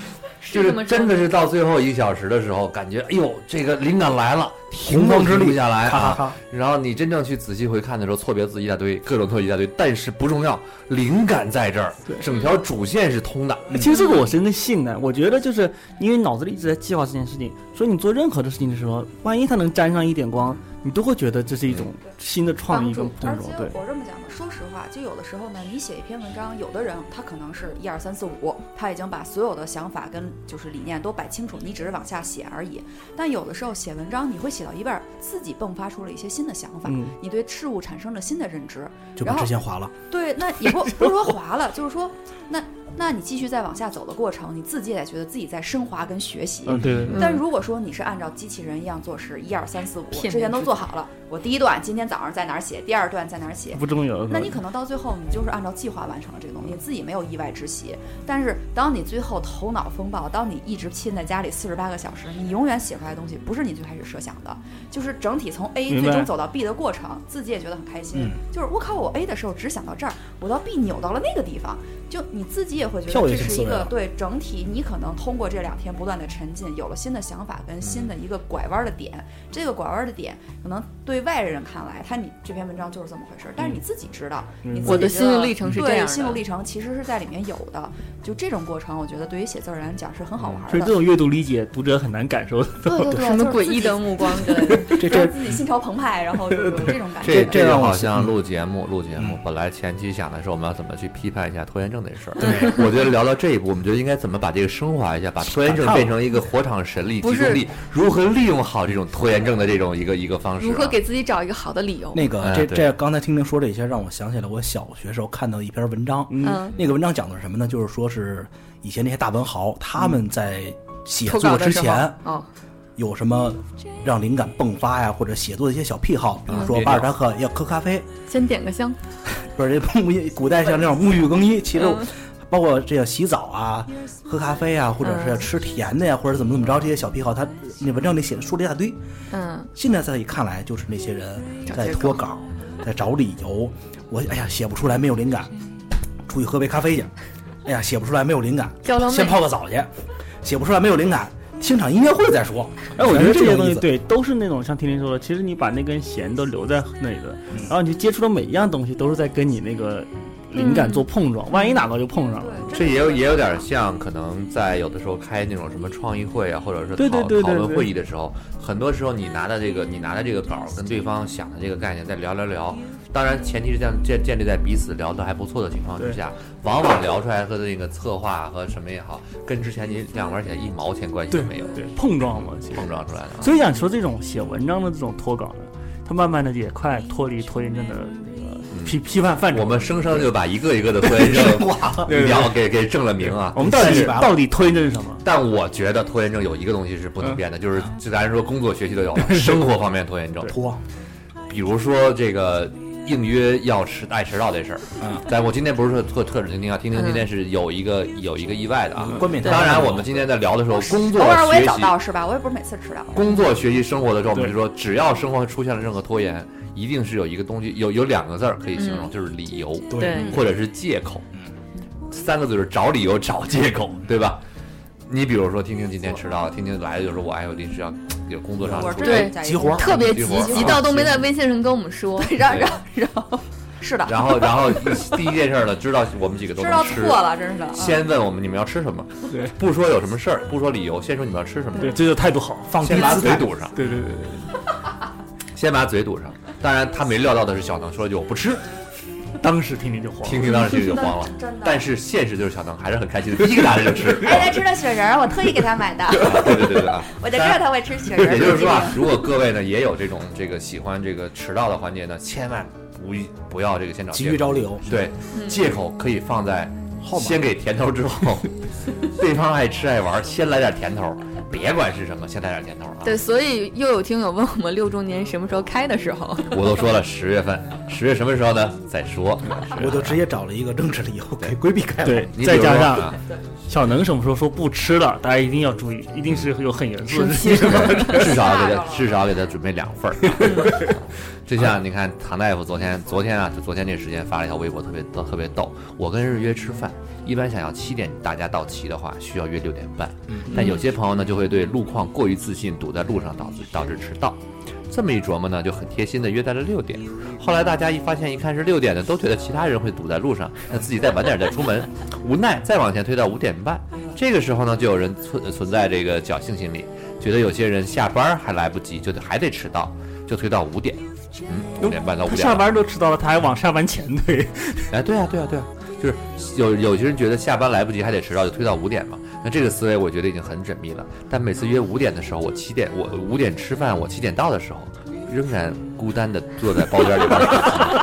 [SPEAKER 3] 就是
[SPEAKER 7] 这么
[SPEAKER 3] 是真的是到最后一小时的时候，感觉哎呦，这个灵感来了，停都停不下来
[SPEAKER 4] 咔咔
[SPEAKER 3] 啊。
[SPEAKER 4] 咔，
[SPEAKER 3] 然后你真正去仔细回看的时候，错别字一大堆，各种错一大堆，但是不重要，灵感在这儿，整条主线是通的。
[SPEAKER 2] 其实这个我真的信的，我觉得就是因为脑子里一直在计划这件事情，所以你做任何的事情的时候，万一它能沾上一点光，你都会觉得这是一种新的创
[SPEAKER 8] 帮
[SPEAKER 2] 意跟
[SPEAKER 8] 助。
[SPEAKER 2] 碰
[SPEAKER 8] 而
[SPEAKER 2] 撞
[SPEAKER 8] 且。
[SPEAKER 2] 对，
[SPEAKER 8] 我这么讲吧，说实话，就有的时候呢，你写一篇文章，有的人他可能是一二三四五，他已经把所有的想法跟就是理念都摆清楚，你只是往下写而已。但有的时候写文章，你会写到一半儿，自己迸发出了一些新的想法，
[SPEAKER 2] 嗯
[SPEAKER 8] 你对事物产生了新的认知。
[SPEAKER 4] 就把
[SPEAKER 8] 然后
[SPEAKER 4] 之前划了，
[SPEAKER 8] 对，那也不不是说划了，就是说，那那你继续再往下走的过程，你自己也觉得自己在升华跟学习。
[SPEAKER 2] 嗯，对对对。
[SPEAKER 8] 但如果说你是按照机器人一样做事，一二三四五，
[SPEAKER 7] 片面
[SPEAKER 8] 之前都
[SPEAKER 7] 之
[SPEAKER 8] 做好了，我第一段今天早上在哪儿写，第二段在哪儿写，
[SPEAKER 2] 不重
[SPEAKER 4] 嗯
[SPEAKER 2] 要。
[SPEAKER 8] 那你可能到最后你就是按照计划完成了这个东西，自己没有意外之喜。但是当你最后头脑风暴，当你一直拼在家里四十八个小时，你永远写出来的东西不是你最开始设想的，
[SPEAKER 4] 嗯
[SPEAKER 8] 就是整体从 A
[SPEAKER 2] 明白
[SPEAKER 8] 最终走到 B 的过程，自己也觉得很开心。
[SPEAKER 4] 嗯
[SPEAKER 8] 就是我靠，我 A 的时候只想到这儿，我到 B 扭到了那个地方，就你自己也会觉
[SPEAKER 4] 跳
[SPEAKER 8] 得
[SPEAKER 4] 跃
[SPEAKER 8] 这
[SPEAKER 4] 性
[SPEAKER 8] 是
[SPEAKER 4] 思
[SPEAKER 8] 一
[SPEAKER 4] 维
[SPEAKER 8] 个
[SPEAKER 4] 了
[SPEAKER 8] 对整体，你可能通过这两天不断的沉浸，有了新的想法跟新的一个拐弯的点。这个拐弯的点，可能对外人看来，他你这篇文章就是这么回事儿，但
[SPEAKER 3] 嗯
[SPEAKER 8] 是你自己知道，你自己
[SPEAKER 7] 我的
[SPEAKER 8] 知
[SPEAKER 7] 心路
[SPEAKER 8] 道
[SPEAKER 7] 历程是这
[SPEAKER 8] 对
[SPEAKER 7] 样
[SPEAKER 8] 心
[SPEAKER 7] 的
[SPEAKER 8] 路历程其实是在里面有的。就这种过程，我觉得对于写字儿人来讲是很好玩
[SPEAKER 3] 嗯
[SPEAKER 2] 所以
[SPEAKER 8] 的。
[SPEAKER 2] 这种阅读理解，读者很难感受的。
[SPEAKER 8] 对对对，
[SPEAKER 7] 什么
[SPEAKER 8] 就是
[SPEAKER 7] 诡
[SPEAKER 8] 自
[SPEAKER 7] 异
[SPEAKER 8] 己
[SPEAKER 7] 的目光， <laughs> 对，
[SPEAKER 4] 这
[SPEAKER 8] 对，让
[SPEAKER 4] 这
[SPEAKER 8] 自己心潮澎湃，然后就
[SPEAKER 3] <laughs>
[SPEAKER 8] 有这种感
[SPEAKER 3] 这
[SPEAKER 8] 觉。
[SPEAKER 3] 这
[SPEAKER 4] 让
[SPEAKER 3] 就
[SPEAKER 4] 我
[SPEAKER 3] 好
[SPEAKER 4] 想嗯
[SPEAKER 3] 像录节目，录节目，本来前期想的是我们要怎么去批判一下拖延症这事儿，
[SPEAKER 4] 对
[SPEAKER 3] <laughs> 我觉得聊到这一步，我们觉得应该怎么把这个升华一下，把拖延症变成一个火场神力，
[SPEAKER 7] 不
[SPEAKER 3] 集
[SPEAKER 7] 是
[SPEAKER 3] 中力，如何利用好这种拖延症的这种一个一个方式、啊，
[SPEAKER 7] 如何给自己找一个好的理由？
[SPEAKER 4] 那个
[SPEAKER 3] 哎
[SPEAKER 4] 这
[SPEAKER 3] 对
[SPEAKER 4] 这刚才听您说这些，让我想起来我小学时候看到一篇文章，
[SPEAKER 7] 嗯，
[SPEAKER 4] 那个文章讲的是什么呢？就是说是以前那些大文豪他们在写
[SPEAKER 7] 嗯投
[SPEAKER 4] 作
[SPEAKER 7] 稿的
[SPEAKER 4] 之
[SPEAKER 7] 时候
[SPEAKER 4] 前，
[SPEAKER 7] 哦，
[SPEAKER 4] 有什么让灵感迸发呀，或者写作的一些小癖好，比如说巴尔扎克要喝咖啡，
[SPEAKER 7] 先点个香，
[SPEAKER 4] 不是这沐浴古代像这种沐浴更衣，其实
[SPEAKER 7] 嗯
[SPEAKER 4] 包括这个洗澡啊、喝咖啡啊，或者是吃甜的呀，或者怎么怎么着这些小癖好，他那文章里写说了一大堆。
[SPEAKER 7] 嗯，
[SPEAKER 4] 现在在看来，就是那些人
[SPEAKER 7] 找
[SPEAKER 4] 在
[SPEAKER 7] 借口
[SPEAKER 4] 脱稿，在找理由。我哎呀，写不出来，没有灵感，出去喝杯咖啡去。哎呀，写不出来，没有灵感
[SPEAKER 7] 交流，妹
[SPEAKER 4] 先泡个澡去。写不出来，没有灵感，听场音乐会再说。
[SPEAKER 2] 哎，我觉得这些
[SPEAKER 4] 全是种
[SPEAKER 2] 东
[SPEAKER 4] 意
[SPEAKER 2] 西
[SPEAKER 4] 思
[SPEAKER 2] 对，都是那种像听林说的，其实你把那根弦都留在那里的，
[SPEAKER 3] 嗯
[SPEAKER 2] 然后你就接触的每一样东西都是在跟你那个灵感做碰撞，万一哪个就碰上了。
[SPEAKER 8] 对，
[SPEAKER 3] 这也有也有点像，可能在有的时候开那种什么创意会啊，或者是讨
[SPEAKER 2] 对对对对
[SPEAKER 3] 讨论
[SPEAKER 2] 对
[SPEAKER 3] 会议的时候，很多时候你拿的这个你拿的这个稿儿跟对方想的这个概念再聊聊聊，当然前提是这样建建立在彼此聊得还不错的情况之下，往往聊出来和那个策划和什么也好，跟之前你两个人写一毛钱关系都没有，
[SPEAKER 2] 对，碰撞嘛，其实。
[SPEAKER 3] 碰撞出来的啊。
[SPEAKER 2] 所以想说，这种写文章的这种脱稿呢，它慢慢的也快脱离拖延症的那个批批判范畴。
[SPEAKER 3] 嗯我们生生就把一个一个的拖延症 <laughs> 聊给给证了名啊
[SPEAKER 2] 我！们到底
[SPEAKER 4] 是吧
[SPEAKER 2] 到底拖延症是什么？
[SPEAKER 3] 但我觉得拖延症有一个东西是不
[SPEAKER 2] 嗯
[SPEAKER 3] 能变的，就是就咱说工作学习都有了，生活方面拖延症。
[SPEAKER 4] 脱。
[SPEAKER 3] 比如说这个应约要迟爱迟到这事儿，
[SPEAKER 4] 嗯，
[SPEAKER 3] 但我今天不是说特特指听听啊，听
[SPEAKER 8] 嗯
[SPEAKER 3] 听今天是有一个有一个意外的啊。
[SPEAKER 4] 冠冕堂
[SPEAKER 3] 当
[SPEAKER 4] 皇
[SPEAKER 3] 然，
[SPEAKER 4] 的
[SPEAKER 3] 我们今天在聊的时候，工作
[SPEAKER 8] 偶尔我
[SPEAKER 3] 学
[SPEAKER 8] 也早
[SPEAKER 3] 习、
[SPEAKER 8] 到是吧？我也不是每次迟到。
[SPEAKER 3] 工作学习、生活的时候，我们
[SPEAKER 2] 对
[SPEAKER 3] 就说，只要生活出现了任何拖延，一定是有一个东西，有有两个字儿可以
[SPEAKER 8] 嗯
[SPEAKER 3] 形容，就是理由，
[SPEAKER 7] 嗯对
[SPEAKER 3] 或者是借口，三个字就是找理由、找借口，对吧？你比如说，听听今天迟到了，听听来的就说我哎我临时要有工作上
[SPEAKER 8] 我
[SPEAKER 3] 的出
[SPEAKER 8] 这
[SPEAKER 3] 差，
[SPEAKER 7] 对
[SPEAKER 8] 人在
[SPEAKER 4] 急活儿
[SPEAKER 7] 特别急
[SPEAKER 3] 一会儿，啊
[SPEAKER 7] 急到都没在微信上跟我们说，
[SPEAKER 8] 让让让，是的，
[SPEAKER 3] 然后然后一第一件事儿呢，知道我们几个都
[SPEAKER 8] 知
[SPEAKER 3] 能
[SPEAKER 8] 道
[SPEAKER 3] 吃
[SPEAKER 8] 错了，真是的。嗯
[SPEAKER 3] 先问我们你们要吃什么，
[SPEAKER 2] 对，
[SPEAKER 3] 不说有什么事儿，不说理由，先说你们要吃什么，
[SPEAKER 2] 对，这就态度好，放
[SPEAKER 3] 先把嘴堵上，
[SPEAKER 2] 对对对对，
[SPEAKER 3] 先把嘴堵上。当然，他没料到的是，小能说一句我不吃，
[SPEAKER 2] 当时听听就慌。
[SPEAKER 3] 听听当时心里就慌了。
[SPEAKER 8] 真的
[SPEAKER 3] 但是现实就是小能还是很开心的，第一个拿着就吃。
[SPEAKER 8] 哎，他吃了雪人儿，我特意给他买的，
[SPEAKER 3] 对对对对啊！
[SPEAKER 8] 我就知道他会吃雪人
[SPEAKER 3] <laughs>
[SPEAKER 8] 儿。
[SPEAKER 3] 也就是说啊，如果各位呢也有这种这个喜欢这个迟到的环节呢，千万不不要这个先找
[SPEAKER 4] 急
[SPEAKER 3] 借
[SPEAKER 4] 于
[SPEAKER 3] 口。
[SPEAKER 4] 找理由，
[SPEAKER 3] 对，借口可以放在
[SPEAKER 4] 嗯后面
[SPEAKER 3] 先给甜头之
[SPEAKER 4] <laughs>
[SPEAKER 3] 后，对方爱吃爱玩，先来点甜头，别管是什么，先来点甜头啊。
[SPEAKER 7] 对，所以又有听友问我们六周年什么时候开的时候，
[SPEAKER 3] 我都说了十月份，十月什么时候呢？再说。
[SPEAKER 4] 我就直接找了一个政治理由给规避开了。
[SPEAKER 2] 对
[SPEAKER 3] 你，比
[SPEAKER 2] 再
[SPEAKER 3] 如说
[SPEAKER 2] 加上
[SPEAKER 3] 啊
[SPEAKER 2] 小能什么时候说不吃了，大家一定要注意，一定是有很严肃的事情。
[SPEAKER 3] <laughs> 至少要给他至少要给他准备两份儿。 <laughs> 就像你看唐大夫昨天昨天啊，就昨天这时间发了一条微博，特别特特别逗。我跟日约吃饭，一般想要七点大家到齐的话，需要约六点半。但有些朋友呢，就会对路况过于自信，堵在路上导致导致迟到。这么一琢磨呢，就很贴心的约在了六点。后来大家一发现，一看是六点的，都觉得其他人会堵在路上，那自己再晚点再出门。无奈再往前推到五点半，这个时候呢，就有人存呃存在这个侥幸心理，觉得有些人下班还来不及，就得还得迟到，就推到五点，嗯，五点半到五
[SPEAKER 2] 他
[SPEAKER 3] 点。
[SPEAKER 2] 下班都迟到了，他还往下班前推。
[SPEAKER 3] 哎，对啊，对啊，对啊，就是有有些人觉得下班来不及还得迟到，就推到五点嘛。那这个思维我觉得已经很缜密了。但每次约五点的时候，我七点我五点吃饭，我七点到的时候，仍然孤单的坐在包间里边儿。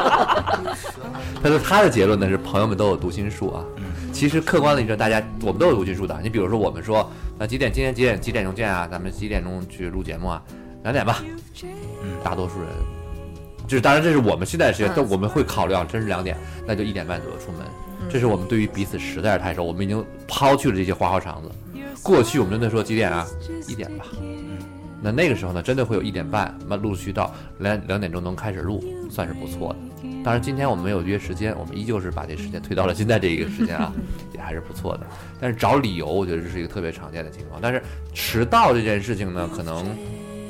[SPEAKER 3] 但是 <laughs> 他的结论呢是朋友们都有读心术啊。其实客观的一说，大家我们都有读心术的。你比如说我们说，那几点今天几点几点钟见啊？咱们几点钟去录节目啊？两点吧。大多数人，就是当然这是我们现在的时间，但我们会考虑啊，真是两点，那就一点半左右出门。
[SPEAKER 7] 嗯
[SPEAKER 3] 这是我们对于彼此实在是太熟，我们已经抛去了这些花花肠子。过去我们真的说几点啊？一点吧。那那个时候呢，真的会有一点半，那陆续到两两点钟能开始录，算是不错的。当然，今天我们没有约时间，我们依旧是把这时间推到了现在这一个时间啊，也还是不错的。但是找理由，我觉得这是一个特别常见的情况。但是迟到这件事情呢，可能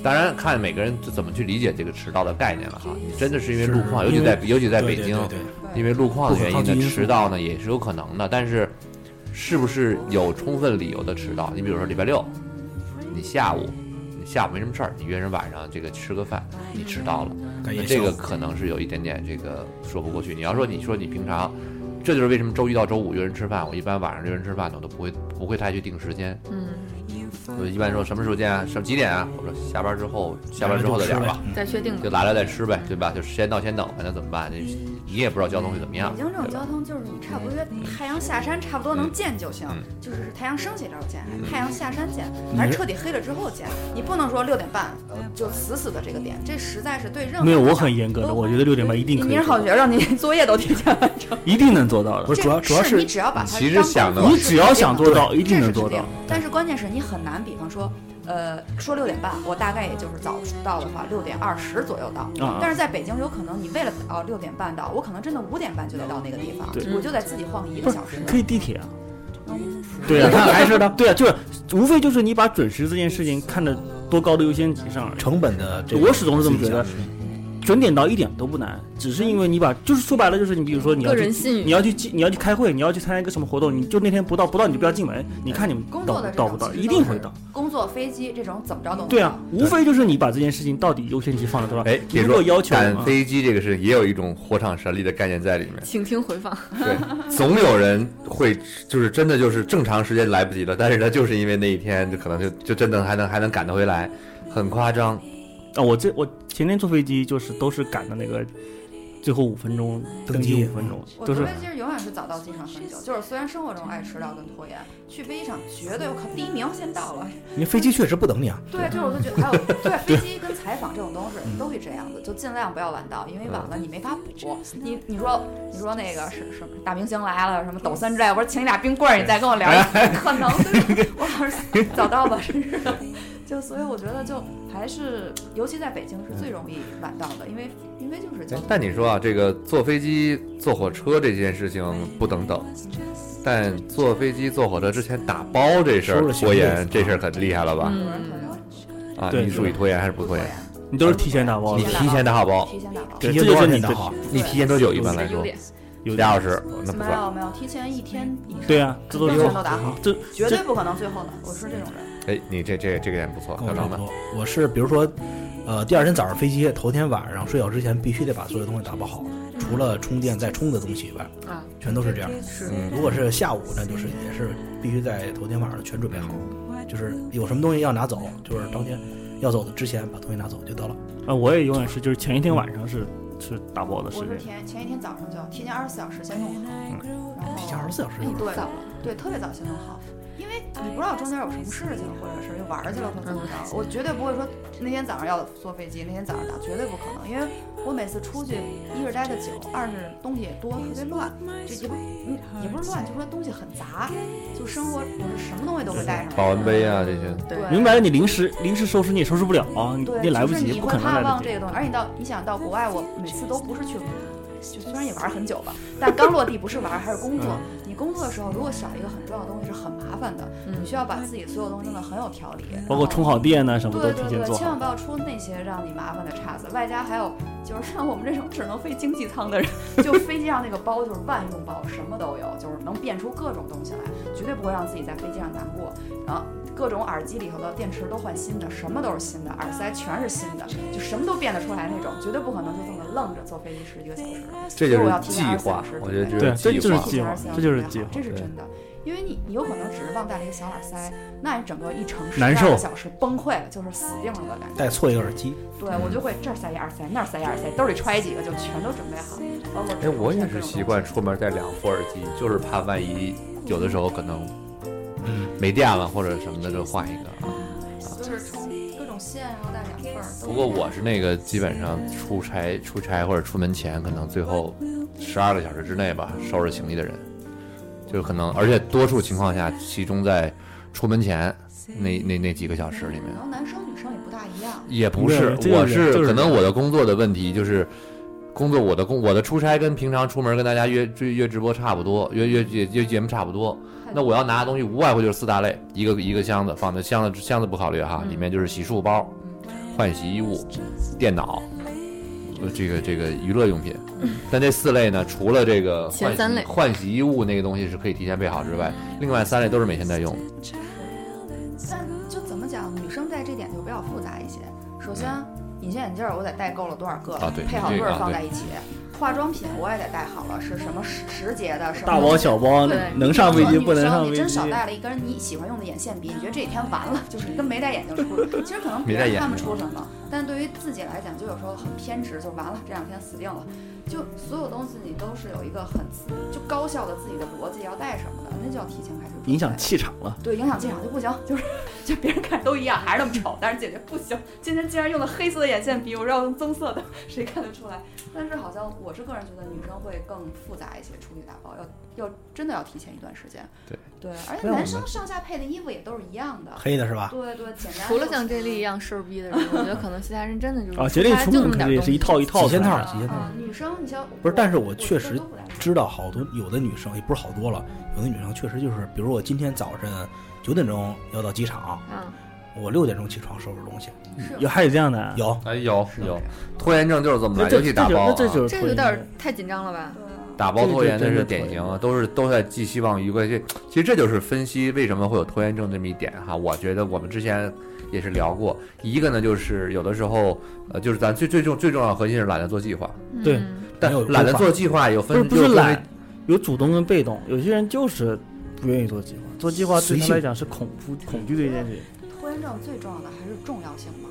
[SPEAKER 3] 当然看每个人怎么去理解这个迟到的概念了哈。你真的是因为路况，尤其在尤其在北
[SPEAKER 4] 对
[SPEAKER 3] 京，
[SPEAKER 4] 对对对
[SPEAKER 3] 因为路况的原
[SPEAKER 4] 哎不可
[SPEAKER 3] 因
[SPEAKER 4] 抗拒因
[SPEAKER 3] 呢，
[SPEAKER 4] 素
[SPEAKER 3] 迟到呢也是有可能的。但是，是不是有充分理由的迟到？你比如说礼拜六，你下午，你下午没什么事儿，你约人晚上这个吃个饭，你迟到了，
[SPEAKER 4] 感
[SPEAKER 3] 那
[SPEAKER 4] 觉
[SPEAKER 3] 这个可能是有一点点这个说不过去。你要说你说你平常这就是为什么周一到周五约人吃饭，我一般晚上约人吃饭的，我都不会不会太去定时间。
[SPEAKER 7] 嗯，
[SPEAKER 3] 我一般说什么时间啊，什么几点啊？我说下班之后，下班之后再聊吧，
[SPEAKER 7] 再确定了。
[SPEAKER 3] 就来了再吃呗，对吧？就时间到先等，反正怎么办？你你也不知道交通会怎么样
[SPEAKER 8] 北。京这种交通就是你差
[SPEAKER 2] 嗯
[SPEAKER 8] 不多约太阳下山差不多能见就行
[SPEAKER 3] 嗯，
[SPEAKER 8] 就是太阳升起这时候见，还
[SPEAKER 3] 嗯
[SPEAKER 8] 是太阳下山见，
[SPEAKER 2] 嗯
[SPEAKER 8] 反正彻底黑了之后见。你不能说六点半呃就死死的这个点，这实在是对任何
[SPEAKER 2] 没有，我很严格的，我觉得六点半一定可以
[SPEAKER 8] 你是好
[SPEAKER 2] 做，
[SPEAKER 8] 学生，你作业都提前完成。
[SPEAKER 2] 一定能做到的
[SPEAKER 4] 不。是主要
[SPEAKER 8] 这
[SPEAKER 4] 主要
[SPEAKER 8] 是
[SPEAKER 4] 是
[SPEAKER 8] 你只要把它
[SPEAKER 3] 其实
[SPEAKER 8] 当成
[SPEAKER 3] 想的
[SPEAKER 8] 工
[SPEAKER 2] 你
[SPEAKER 8] 作
[SPEAKER 2] 只要
[SPEAKER 8] 是
[SPEAKER 2] 想
[SPEAKER 8] 定
[SPEAKER 2] 做到
[SPEAKER 8] 的
[SPEAKER 2] 一定
[SPEAKER 8] 这
[SPEAKER 2] 能
[SPEAKER 8] 是
[SPEAKER 2] 做
[SPEAKER 8] 指定
[SPEAKER 2] 到嗯
[SPEAKER 8] 但是关键是你很难，比方说，呃，说六点半，我大概也就是早到的话，六点二十左右到。
[SPEAKER 2] 啊
[SPEAKER 8] 但是在北京，有可能你为了哦六点半到，我可能真的五点半就得到那个地方
[SPEAKER 2] 对，
[SPEAKER 8] 我就得自己晃一
[SPEAKER 2] 不
[SPEAKER 8] 个
[SPEAKER 2] 是
[SPEAKER 8] 小时。
[SPEAKER 2] 可以地铁啊？
[SPEAKER 8] 嗯
[SPEAKER 2] <laughs> 对啊，还是的， <laughs> 对啊，就是无非就是你把准时这件事情看得多高的优先级上而已。
[SPEAKER 4] 成本的这个，
[SPEAKER 2] 我始终是这么觉得，准点到一点都不难，只是因为你把就是说白了就是你比如说你要
[SPEAKER 7] 个
[SPEAKER 2] 去
[SPEAKER 7] 人信
[SPEAKER 2] 你
[SPEAKER 7] 誉，
[SPEAKER 2] 要去记你要去开会，你要去参加一个什么活动，你就那天不到不到你就不要进门，你看你们
[SPEAKER 8] 工
[SPEAKER 2] 到
[SPEAKER 8] 作的这
[SPEAKER 2] 到
[SPEAKER 8] 种
[SPEAKER 2] 不到，
[SPEAKER 8] 其
[SPEAKER 2] 一
[SPEAKER 8] 实都是
[SPEAKER 2] 定会到。
[SPEAKER 8] 工作、飞机这种怎么着都能
[SPEAKER 2] 对啊
[SPEAKER 8] 到，
[SPEAKER 2] 无非就是你把这件事情到底优先级放在多少。
[SPEAKER 3] 哎，别
[SPEAKER 2] 啊如果
[SPEAKER 3] 说
[SPEAKER 2] 要求
[SPEAKER 3] 赶
[SPEAKER 2] 啊
[SPEAKER 3] 飞机这个事，也有一种火场神力的概念在里
[SPEAKER 2] <laughs>
[SPEAKER 3] 面。
[SPEAKER 7] 请听回放。
[SPEAKER 3] 对，总有人会就是真的就是正常时间来不及了，但是他就是因为那一天就可能就就真的还能还能赶得回来，很夸张。
[SPEAKER 2] 啊，我这我前天坐飞机就是都是赶的那个最后五分钟登
[SPEAKER 4] 登
[SPEAKER 2] 机
[SPEAKER 4] 机
[SPEAKER 2] 五分钟，
[SPEAKER 8] 我
[SPEAKER 2] 都
[SPEAKER 8] 坐
[SPEAKER 2] 是
[SPEAKER 8] 飞机是永远是早到机场很久，就是虽然生活中爱迟到跟拖延，去飞机场绝对我靠第一名先到了。
[SPEAKER 4] 你飞机确实不等你啊，
[SPEAKER 8] 对，就是我就觉得，还有对飞机跟采访这种东西都是这样子，就尽量不要晚到，因为晚了你没法补。你你说你说那个是什么大明星来了，什么抖森之类，我说请你俩冰棍儿，你再跟我聊，可能对吧我老是早到吧，真是。就所以我觉得就还是，尤其在北京是最容易晚到的，因为因为就是交
[SPEAKER 3] 哎
[SPEAKER 8] 通。
[SPEAKER 3] 但你说啊，这个坐飞机、坐火车这件事情不等等，但坐飞机、坐火车之前打包这事
[SPEAKER 4] 收
[SPEAKER 3] 儿
[SPEAKER 4] 拾行
[SPEAKER 3] 拖
[SPEAKER 4] 李
[SPEAKER 3] 延，这事儿很厉害了吧？
[SPEAKER 8] 有人可能
[SPEAKER 7] 嗯，
[SPEAKER 3] 啊，
[SPEAKER 2] 对
[SPEAKER 3] 你属于拖延还是不
[SPEAKER 8] 不
[SPEAKER 3] 拖
[SPEAKER 8] 拖
[SPEAKER 3] 延
[SPEAKER 8] 延？，
[SPEAKER 2] 你都是提前打包
[SPEAKER 3] 你
[SPEAKER 2] 的
[SPEAKER 8] 对，
[SPEAKER 3] 提前打好包，
[SPEAKER 8] 提前打包。
[SPEAKER 2] 对，
[SPEAKER 4] 提
[SPEAKER 2] 这
[SPEAKER 4] 前
[SPEAKER 2] 就是
[SPEAKER 4] 多少
[SPEAKER 2] 你
[SPEAKER 4] 天
[SPEAKER 2] 的
[SPEAKER 4] 打啊好？
[SPEAKER 3] 你提前多久？一般
[SPEAKER 7] 这
[SPEAKER 3] 来
[SPEAKER 7] 优
[SPEAKER 3] 说
[SPEAKER 7] 点，
[SPEAKER 2] 有
[SPEAKER 3] 俩小时，那不
[SPEAKER 8] 没
[SPEAKER 3] 算。
[SPEAKER 8] 有没有，提前一天以上，
[SPEAKER 2] 对啊，这都
[SPEAKER 8] 提
[SPEAKER 2] 是
[SPEAKER 8] 前都打好，
[SPEAKER 2] 这
[SPEAKER 8] 绝
[SPEAKER 2] 这
[SPEAKER 8] 对不可能最后的。我是这种人。
[SPEAKER 3] 哎，你这这这个点不错，
[SPEAKER 4] 跟
[SPEAKER 3] 小
[SPEAKER 4] 我差
[SPEAKER 3] 张
[SPEAKER 4] 不
[SPEAKER 3] 呢？
[SPEAKER 4] 多。我是比如说，呃，第二天早上飞机，头天晚上睡觉之前必须得把所有东西打包好，除了充电再充的东西以外，
[SPEAKER 7] 啊，
[SPEAKER 4] 全都是这样。
[SPEAKER 7] 是
[SPEAKER 3] 嗯，
[SPEAKER 4] 如果是下午，那就是也是必须在头天晚上全准备好，就是有什么东西要拿走，就是当天要走的之前把东西拿走就得了。
[SPEAKER 2] 啊，我也永远是就是前一天晚上是是打包的时
[SPEAKER 8] 我是
[SPEAKER 2] 间，
[SPEAKER 8] 前前一天早上就提前二十四小时先弄好，
[SPEAKER 4] 嗯提前二十四小时
[SPEAKER 8] 然
[SPEAKER 4] 就
[SPEAKER 8] 后
[SPEAKER 4] 是
[SPEAKER 8] 对
[SPEAKER 7] 早了，
[SPEAKER 8] 对特别早先弄好，因为你不知道中间有什么事情，或者是又玩儿去了
[SPEAKER 7] 嗯
[SPEAKER 8] 或者怎
[SPEAKER 4] 嗯
[SPEAKER 8] 么着，我绝对不会说那天早上要坐飞机，那天早上打，绝对不可能，因为我每次出去，一是待的久，二是东西也多，特别乱，就也不嗯也不是乱，就说东西很杂，就生活我是什么东西都会带上来，
[SPEAKER 3] 保温杯啊这些。
[SPEAKER 8] 对，
[SPEAKER 2] 明白了，你临时临时收拾你也收拾不了啊，你
[SPEAKER 8] 对，
[SPEAKER 2] 你来
[SPEAKER 8] 就
[SPEAKER 2] 不
[SPEAKER 8] 是
[SPEAKER 2] 及，
[SPEAKER 8] 你
[SPEAKER 2] 不
[SPEAKER 8] 会
[SPEAKER 2] 可能
[SPEAKER 8] 怕
[SPEAKER 2] 来得
[SPEAKER 8] 忘
[SPEAKER 2] 及
[SPEAKER 8] 这。个东西，而且你到你想到国外，我每次都不是去，就虽然也玩很久吧，但刚落地不是玩，还是工作。
[SPEAKER 2] 嗯
[SPEAKER 8] <laughs> 你工作的时候如果少一个很重要的东西是很麻烦的，你需要把自己所有东西弄得很有条理，
[SPEAKER 2] 包括充。好电呐、什么都
[SPEAKER 8] 对
[SPEAKER 2] 提
[SPEAKER 8] 对
[SPEAKER 2] 前
[SPEAKER 8] 对，
[SPEAKER 2] 做
[SPEAKER 8] 千
[SPEAKER 2] 好
[SPEAKER 8] 万。不要出那些让你麻烦的岔子，外加还有就是像我们这种只能飞经济舱的人， <laughs> 就飞机上那个包就是万用包，什么都有，就是能变出各种东西来，绝对不会让自己在飞机上难过。然后各种耳机里头的电池都换新的，什么都是新的，耳塞全是新的，就什么都变得出来那种，绝对不可能就这么愣着坐飞机十几个小时。
[SPEAKER 3] 这就是
[SPEAKER 8] 我要提
[SPEAKER 3] 计
[SPEAKER 8] 前二十四
[SPEAKER 3] 划
[SPEAKER 8] 小时，
[SPEAKER 3] 我觉得
[SPEAKER 8] 准备
[SPEAKER 2] 对
[SPEAKER 3] 这
[SPEAKER 2] 这就是
[SPEAKER 3] 计
[SPEAKER 2] 计划这就是计划
[SPEAKER 8] 这是真的。因为你你有可能只是忘带了一个小耳塞，那你整个一城市
[SPEAKER 2] 难受
[SPEAKER 8] 12个小时崩溃了，就是死定了的感
[SPEAKER 2] 哎
[SPEAKER 8] 觉。
[SPEAKER 4] 带错一个耳机，
[SPEAKER 8] 对，我就会这儿塞一耳塞，那儿塞一耳塞，兜里揣几个，就全都准备好。包括
[SPEAKER 3] 哎，我也是习惯出门带两副耳机，就是怕万一有的时候可能没电了或者什么的就换一个。
[SPEAKER 8] 就是充各种线，然后带两份儿。
[SPEAKER 3] 不过我是那个基本上出差、出差或者出门前，可能最后十二个小时之内吧，收拾行李的人，就是可能，而且多数情况下集中在出门前那那那几个小时里面。
[SPEAKER 8] 然后男生女生也不大一样，
[SPEAKER 3] 也不是，
[SPEAKER 2] 对这
[SPEAKER 3] 我
[SPEAKER 2] 就是这就是
[SPEAKER 3] 可能我的工作的问题就是。工作我的工我的出差跟平常出门跟大家约追约直播差不多，约约约约节目差不多。那我要拿的东西无外乎就是四大类，一个一个箱子放在箱子箱子不考虑
[SPEAKER 7] 嗯
[SPEAKER 3] 哈，里面就是洗漱包、换洗衣物、电脑，呃这个这个娱乐用品。但这四类呢，除了这个
[SPEAKER 7] 嗯前
[SPEAKER 3] 换
[SPEAKER 7] 三类
[SPEAKER 3] 洗换洗衣物那个东西是可以提前备好之外，另外三类都是每天在用。
[SPEAKER 8] 但就怎么讲，女生在这点就比较复杂一些。首先，隐形眼镜儿我得戴够了多少个，
[SPEAKER 3] 啊对
[SPEAKER 8] 配好对
[SPEAKER 3] 这个
[SPEAKER 8] 儿
[SPEAKER 3] 啊
[SPEAKER 8] 放
[SPEAKER 3] 对
[SPEAKER 8] 在一起。化妆品我也得带好了，是什么时时节的，什么
[SPEAKER 2] 大包小包
[SPEAKER 7] 对
[SPEAKER 2] 能上
[SPEAKER 8] 做
[SPEAKER 2] 飞机
[SPEAKER 8] 女
[SPEAKER 2] 不能上
[SPEAKER 8] 生，你
[SPEAKER 2] 飞
[SPEAKER 8] 真少
[SPEAKER 2] 机。
[SPEAKER 8] 带了一根你喜欢用的眼线笔，你觉得这几天完了，就是跟没戴眼
[SPEAKER 3] <laughs>
[SPEAKER 8] 镜出去。其实可能别
[SPEAKER 3] 没戴
[SPEAKER 8] 人
[SPEAKER 3] 眼
[SPEAKER 8] 看不
[SPEAKER 3] 镜啊
[SPEAKER 8] 出什么，但对于自己来讲，就有时候很偏执，就完了，这两天死定了。就所有东西你都是有一个很自就高效的自己的逻辑要带什么的，那就要提前开始准备
[SPEAKER 2] 影响气场了，
[SPEAKER 8] 对，影响气场就不行，就是就别人看都一样，还是那么丑，但是姐姐不行。今天竟然用了黑色的眼线笔，我要用棕色的，谁看得出来？但是好像我是个人觉得女生会更复杂一些，处理打包要要真的要提前一段时间。
[SPEAKER 3] 对
[SPEAKER 8] 对，而且
[SPEAKER 4] 那我
[SPEAKER 8] 男
[SPEAKER 4] 们
[SPEAKER 8] 生上下配的衣服也都是一样
[SPEAKER 4] <laughs>
[SPEAKER 8] 的。
[SPEAKER 4] 黑的是吧？
[SPEAKER 8] 对对，简单。
[SPEAKER 7] 除了像这类一样事儿逼的人，我觉得可能其他人真的
[SPEAKER 8] 嗯
[SPEAKER 7] 就是
[SPEAKER 2] 啊杰林
[SPEAKER 7] 出差
[SPEAKER 2] 出
[SPEAKER 7] 就那
[SPEAKER 2] 门
[SPEAKER 7] 么
[SPEAKER 2] 可
[SPEAKER 7] 点
[SPEAKER 2] 能也
[SPEAKER 7] 东
[SPEAKER 2] 是一
[SPEAKER 7] 西
[SPEAKER 2] 套一套
[SPEAKER 4] 几千
[SPEAKER 2] 的
[SPEAKER 4] 套
[SPEAKER 8] 啊
[SPEAKER 4] 几千套
[SPEAKER 8] 啊，女生你像
[SPEAKER 4] 不是但是我
[SPEAKER 8] 觉
[SPEAKER 4] 确
[SPEAKER 8] 得
[SPEAKER 4] 实
[SPEAKER 8] 都不太一样
[SPEAKER 4] 知道好多有的女生也不是好多了，有的女生确实就是，比如我今天早晨九点钟要到机场，
[SPEAKER 7] 嗯，
[SPEAKER 4] 我六点钟起床收拾东西，
[SPEAKER 8] 是
[SPEAKER 2] 有还有这样的啊？
[SPEAKER 4] 有
[SPEAKER 3] 哎，有
[SPEAKER 8] 是
[SPEAKER 3] 有
[SPEAKER 8] 这样
[SPEAKER 3] 拖延症就是这么
[SPEAKER 2] 那
[SPEAKER 3] 来，
[SPEAKER 2] 这
[SPEAKER 3] 尤其打包、啊，
[SPEAKER 2] 这就是
[SPEAKER 7] 这
[SPEAKER 2] 脱
[SPEAKER 7] 有
[SPEAKER 2] 衣
[SPEAKER 7] 点
[SPEAKER 2] 服
[SPEAKER 7] 儿太紧张了吧？
[SPEAKER 8] 对啊
[SPEAKER 3] 打包拖延，这是典型
[SPEAKER 2] 这个
[SPEAKER 3] 啊，
[SPEAKER 2] 真
[SPEAKER 3] 都是都在寄希望于归。这其实这就是分析为什么会有拖延症这么一点哈。我觉得我们之前也是聊过，一个呢就是有的时候，呃，就是咱最最重最重要的核心是懒得做计划，
[SPEAKER 2] 对
[SPEAKER 7] 嗯，
[SPEAKER 3] 但
[SPEAKER 4] 没有
[SPEAKER 3] 懒得
[SPEAKER 4] 规划
[SPEAKER 3] 做计划有
[SPEAKER 2] 不是
[SPEAKER 3] 分，
[SPEAKER 2] 不
[SPEAKER 3] 又
[SPEAKER 2] 是
[SPEAKER 3] 分为
[SPEAKER 2] 懒，有主动跟被动，有些人就是不愿意做计划，做计划对
[SPEAKER 4] 随
[SPEAKER 2] 他
[SPEAKER 4] 性
[SPEAKER 2] 来讲是恐怖恐惧的一件事情。
[SPEAKER 8] 拖延症最重要的还是重要性嘛，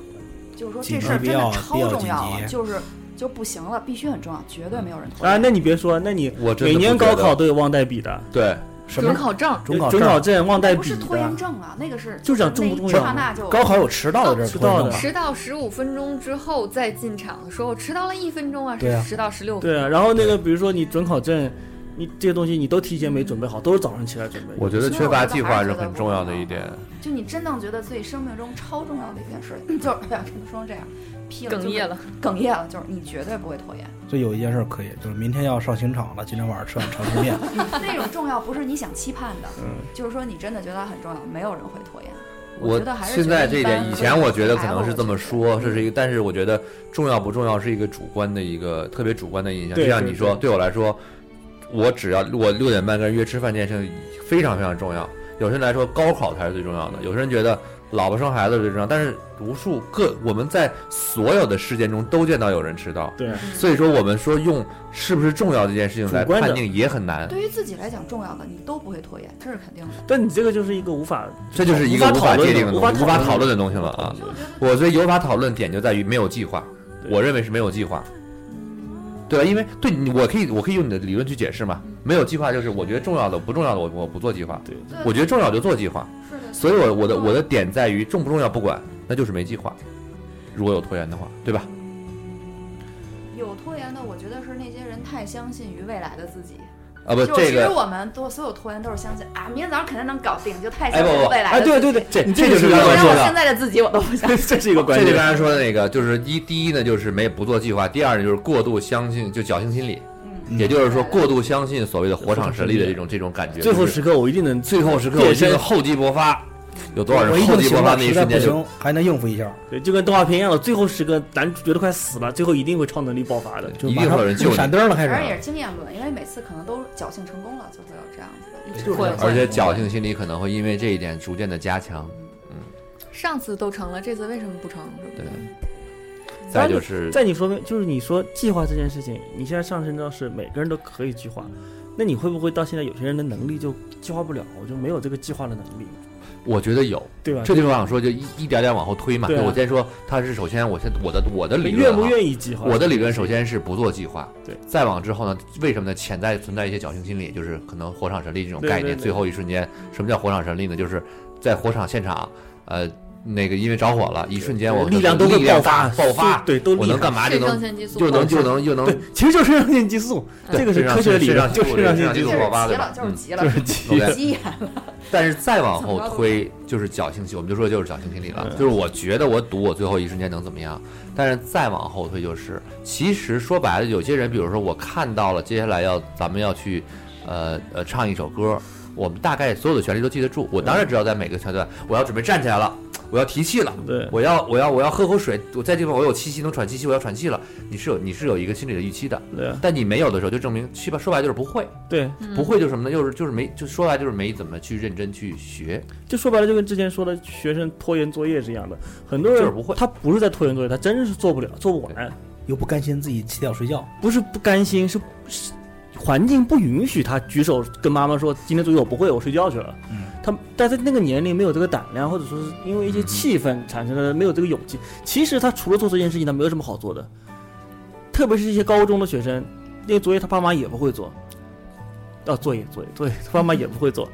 [SPEAKER 8] 就是说
[SPEAKER 4] 紧
[SPEAKER 8] 这
[SPEAKER 4] 急
[SPEAKER 8] 事儿
[SPEAKER 4] 必
[SPEAKER 8] 真
[SPEAKER 4] 要
[SPEAKER 8] 的
[SPEAKER 4] 必
[SPEAKER 8] 超
[SPEAKER 4] 要
[SPEAKER 8] 重
[SPEAKER 4] 紧
[SPEAKER 8] 要
[SPEAKER 4] 急
[SPEAKER 8] 了，就是就不行了，必须很重要，绝对没有人拖
[SPEAKER 2] 啊，
[SPEAKER 8] 延。
[SPEAKER 2] 那你别说，那你
[SPEAKER 3] 我真的
[SPEAKER 2] 每年
[SPEAKER 3] 不觉
[SPEAKER 2] 高
[SPEAKER 3] 得
[SPEAKER 2] 考都有忘带笔的，
[SPEAKER 3] 对
[SPEAKER 4] 什
[SPEAKER 7] 准
[SPEAKER 4] 么
[SPEAKER 7] 考证，
[SPEAKER 4] 准考
[SPEAKER 2] 准
[SPEAKER 4] 证
[SPEAKER 2] 考证忘带
[SPEAKER 8] 不
[SPEAKER 2] 笔
[SPEAKER 8] 是拖延
[SPEAKER 2] 的，
[SPEAKER 8] 症啊，那个是
[SPEAKER 2] 就讲
[SPEAKER 8] 那
[SPEAKER 2] 重不重
[SPEAKER 8] 一刹
[SPEAKER 2] 要。
[SPEAKER 8] 那就
[SPEAKER 4] 高考有迟到的这
[SPEAKER 2] 迟
[SPEAKER 4] 是
[SPEAKER 2] 到
[SPEAKER 4] 拖
[SPEAKER 2] 的
[SPEAKER 4] 延症吧？
[SPEAKER 7] 迟到十五分钟之后再进场的时候，迟到了一分钟啊，
[SPEAKER 4] 对
[SPEAKER 7] 是
[SPEAKER 4] 啊
[SPEAKER 7] 迟到十六分
[SPEAKER 2] 对啊，然后那个比如说你准考证，你这些东西你都提前没准备好，都是早上起来准备。
[SPEAKER 3] 我觉得缺乏计划是很重要的一点。
[SPEAKER 8] 就你真正觉得自己生命中超重要的一件事， <laughs> 就是哎呀，跟你说成这样，劈了
[SPEAKER 7] 哽咽，了。
[SPEAKER 8] 就是哽咽了，就是你绝对不会拖延。
[SPEAKER 4] 这有一件事儿可以，就是明天要上刑场了，今天晚上吃碗长
[SPEAKER 2] <laughs>
[SPEAKER 4] 寿面。
[SPEAKER 8] 那种重要不是你想期盼的，
[SPEAKER 2] 嗯
[SPEAKER 8] 就是说你真的觉得它很重要，没有人会拖延。我
[SPEAKER 3] 我
[SPEAKER 8] 觉得还是
[SPEAKER 3] 现在
[SPEAKER 8] 觉
[SPEAKER 3] 这
[SPEAKER 8] 得
[SPEAKER 3] 一点，
[SPEAKER 8] 一般
[SPEAKER 3] 以前我觉得可
[SPEAKER 8] 还
[SPEAKER 3] 能
[SPEAKER 8] 好
[SPEAKER 3] 是这么说，这是一个，但是我觉得重要不重要是一个主观的一个特别主观的印象。
[SPEAKER 2] 对
[SPEAKER 3] 就像
[SPEAKER 2] 对
[SPEAKER 3] 你说，
[SPEAKER 2] 对
[SPEAKER 3] 对我来说，我只要我六点半跟人约吃饭这件事情非常非常重要。有些人来说，高考才是最重要的；有些人觉得老婆生孩子是最重要。但是无数个我们在所有的事件中都见到有人迟到，
[SPEAKER 2] 对，
[SPEAKER 3] 所以说我们说用是不是重要这件事情来
[SPEAKER 2] 主观的
[SPEAKER 3] 判定也很难。
[SPEAKER 8] 对于自己来讲重要的，你都不会拖延，这是肯定的。
[SPEAKER 2] 但你这个就是一个无法，
[SPEAKER 3] 这就是一个
[SPEAKER 2] 无
[SPEAKER 3] 无
[SPEAKER 2] 法
[SPEAKER 3] 法
[SPEAKER 2] 讨论
[SPEAKER 3] 界
[SPEAKER 2] 的
[SPEAKER 3] 定的
[SPEAKER 2] 无法
[SPEAKER 3] 东西，无法
[SPEAKER 2] 讨
[SPEAKER 3] 讨
[SPEAKER 2] 论
[SPEAKER 3] 论
[SPEAKER 2] 的
[SPEAKER 3] 的东西了啊！
[SPEAKER 8] 所以我觉得
[SPEAKER 3] 我觉得有法讨论点就在于没有计划，
[SPEAKER 2] 对
[SPEAKER 3] 我认为是没有计划，对吧？因为对你，我可以我可以用你的理论去解释嘛。没有计划就是我觉得重要的不重要的我我不做计划，
[SPEAKER 8] 对
[SPEAKER 3] 我觉得重要就做计划。
[SPEAKER 8] 是的，
[SPEAKER 3] 所以我我的我的点在于重不重要不管，那就是没计划。如果有拖延的话，对吧？
[SPEAKER 8] 有拖延的，我觉得是那些人太相信于未来的自己。
[SPEAKER 3] 啊
[SPEAKER 2] 呃
[SPEAKER 3] 不，
[SPEAKER 8] 就
[SPEAKER 3] 这
[SPEAKER 8] 其实
[SPEAKER 3] 个
[SPEAKER 8] 我们都所有拖延都是相信啊，明天早上肯定能搞定，就太
[SPEAKER 3] 哎
[SPEAKER 8] 相
[SPEAKER 3] 不
[SPEAKER 8] 信
[SPEAKER 3] 不，
[SPEAKER 8] 未来
[SPEAKER 2] 哎
[SPEAKER 8] 了。
[SPEAKER 2] 对对对，
[SPEAKER 3] 这
[SPEAKER 2] 你
[SPEAKER 3] 这
[SPEAKER 2] 个
[SPEAKER 3] 就是
[SPEAKER 2] 一个
[SPEAKER 3] 刚才
[SPEAKER 8] 连
[SPEAKER 3] 说
[SPEAKER 8] 我
[SPEAKER 3] 的
[SPEAKER 8] 现。在的自己我都不相信。
[SPEAKER 2] <laughs> 这是一个关
[SPEAKER 3] 这
[SPEAKER 2] 键。
[SPEAKER 3] 就刚才说的那个，就是一第一呢，就是没不做计划；第二呢，就是过度相信，就侥幸心理，
[SPEAKER 8] 嗯，
[SPEAKER 3] 也就是说过度相信所谓的火场神力的这种这种感觉。
[SPEAKER 2] 最后
[SPEAKER 3] 就是
[SPEAKER 2] 时刻我一定能
[SPEAKER 3] 最后时刻，我这个厚积薄发，有多少
[SPEAKER 4] 我
[SPEAKER 3] 人
[SPEAKER 4] 一
[SPEAKER 3] 厚
[SPEAKER 4] 定
[SPEAKER 3] 积薄
[SPEAKER 4] 行
[SPEAKER 3] 发
[SPEAKER 4] 了，
[SPEAKER 3] 那一
[SPEAKER 4] 实在
[SPEAKER 3] 瞬
[SPEAKER 4] 不
[SPEAKER 3] 间就
[SPEAKER 4] 行还能应付一下，
[SPEAKER 2] 对，就跟动画片一样的，最后时刻男主角都快死了，最后一定会超能力爆发的。
[SPEAKER 4] 就
[SPEAKER 3] 一
[SPEAKER 4] 马
[SPEAKER 3] 定
[SPEAKER 4] 上
[SPEAKER 3] 会有人救你，
[SPEAKER 4] 闪灯了开始。
[SPEAKER 8] 而且也是经验论，因为每次可能都侥幸成功了，就会有这样子的。
[SPEAKER 4] 就是
[SPEAKER 7] 会
[SPEAKER 3] 而且侥幸心理可能会因为这一点逐渐的加强。
[SPEAKER 7] 上次都成了，这次为什么不成？是不
[SPEAKER 3] 对
[SPEAKER 7] 是？，
[SPEAKER 3] 再就是
[SPEAKER 2] 在你说明，就是你说计划这件事情，你现在上升到是每个人都可以计划，那你会不会到现在有些人的能力就计划不了，我就没有这个计划的能力，
[SPEAKER 3] 我觉得有，
[SPEAKER 2] 对吧？
[SPEAKER 3] 这就是我想说，就一一点点往后推嘛。
[SPEAKER 2] 对啊
[SPEAKER 3] 我先说，它是首先，我先我的我的理
[SPEAKER 2] 你
[SPEAKER 3] 论，啊
[SPEAKER 2] 愿不愿意计划？
[SPEAKER 3] 我的理论首先是不做计划，
[SPEAKER 2] 对
[SPEAKER 3] 再往之后呢，为什么呢？潜在存在一些侥幸心理，就是可能火场神力这种
[SPEAKER 2] 对
[SPEAKER 3] 概
[SPEAKER 2] 对
[SPEAKER 3] 念，
[SPEAKER 2] 对
[SPEAKER 3] 最后一瞬间，什么叫火场神力呢？就是在火场现场，呃，那个因为着火了，一瞬间我
[SPEAKER 2] 力量都
[SPEAKER 3] 力
[SPEAKER 2] 会
[SPEAKER 3] 量
[SPEAKER 2] 爆发，
[SPEAKER 3] 爆发，
[SPEAKER 2] 对，都
[SPEAKER 3] 我
[SPEAKER 2] 厉
[SPEAKER 3] 能
[SPEAKER 2] 害
[SPEAKER 3] 干嘛就
[SPEAKER 7] 肾上
[SPEAKER 3] 能
[SPEAKER 7] 腺激素
[SPEAKER 3] 啊就能就
[SPEAKER 7] 爆发
[SPEAKER 3] 能就能
[SPEAKER 2] 对，其实就是肾上腺激素，这个是科学理论，就是肾上腺激
[SPEAKER 8] 就
[SPEAKER 2] 素
[SPEAKER 8] 是
[SPEAKER 3] 爆发
[SPEAKER 8] 急
[SPEAKER 3] 对
[SPEAKER 8] 了
[SPEAKER 3] 吧，？
[SPEAKER 8] 就是
[SPEAKER 3] 嗯
[SPEAKER 8] 急
[SPEAKER 2] 就
[SPEAKER 8] 了，
[SPEAKER 2] 是急
[SPEAKER 3] 对不对
[SPEAKER 8] 急眼
[SPEAKER 3] 但是再往后推，就是侥幸心，我们就说就是侥幸心理了，就是我觉得我赌我最后一瞬间能怎么样，但是再往后推就是，其实说白了，有些人，比如说我看到了接下来要咱们要去，呃呃唱一首歌，我们大概所有的旋律都记得住，我当然知道在每个桥段我要准备站起来了，我要提气了。
[SPEAKER 2] 对，
[SPEAKER 3] 我要我要我要喝口水，我在这地方我有气息能喘气息，我要喘气了。你是有你是有一个心理的预期的，
[SPEAKER 2] 对啊
[SPEAKER 3] 但你没有的时候，就证明去吧，说白了就是不会。
[SPEAKER 2] 对，
[SPEAKER 3] 不会就是什么呢？就是就是没，就说白了就是没怎么去认真去学。
[SPEAKER 2] 就说白了，就跟之前说的学生拖延作业是一样的，很多
[SPEAKER 3] 就是
[SPEAKER 2] 人
[SPEAKER 3] 不会
[SPEAKER 2] 他不是在拖延作业，他真是做不了，做不完，
[SPEAKER 4] 又不甘心自己起脚睡觉，
[SPEAKER 2] 不是不甘心，是是环境不允许他举手跟妈妈说今天作业我不会，我睡觉去了。
[SPEAKER 4] 嗯，
[SPEAKER 2] 他但在那个年龄没有这个胆量，或者说是因为一些气氛产生的没有这个勇气。其实他除了做这件事情，他没有什么好做的。特别是一些高中的学生，那个作业他爸妈也不会做，啊，作业作业
[SPEAKER 4] <laughs>
[SPEAKER 2] 作业，他爸妈也不会做。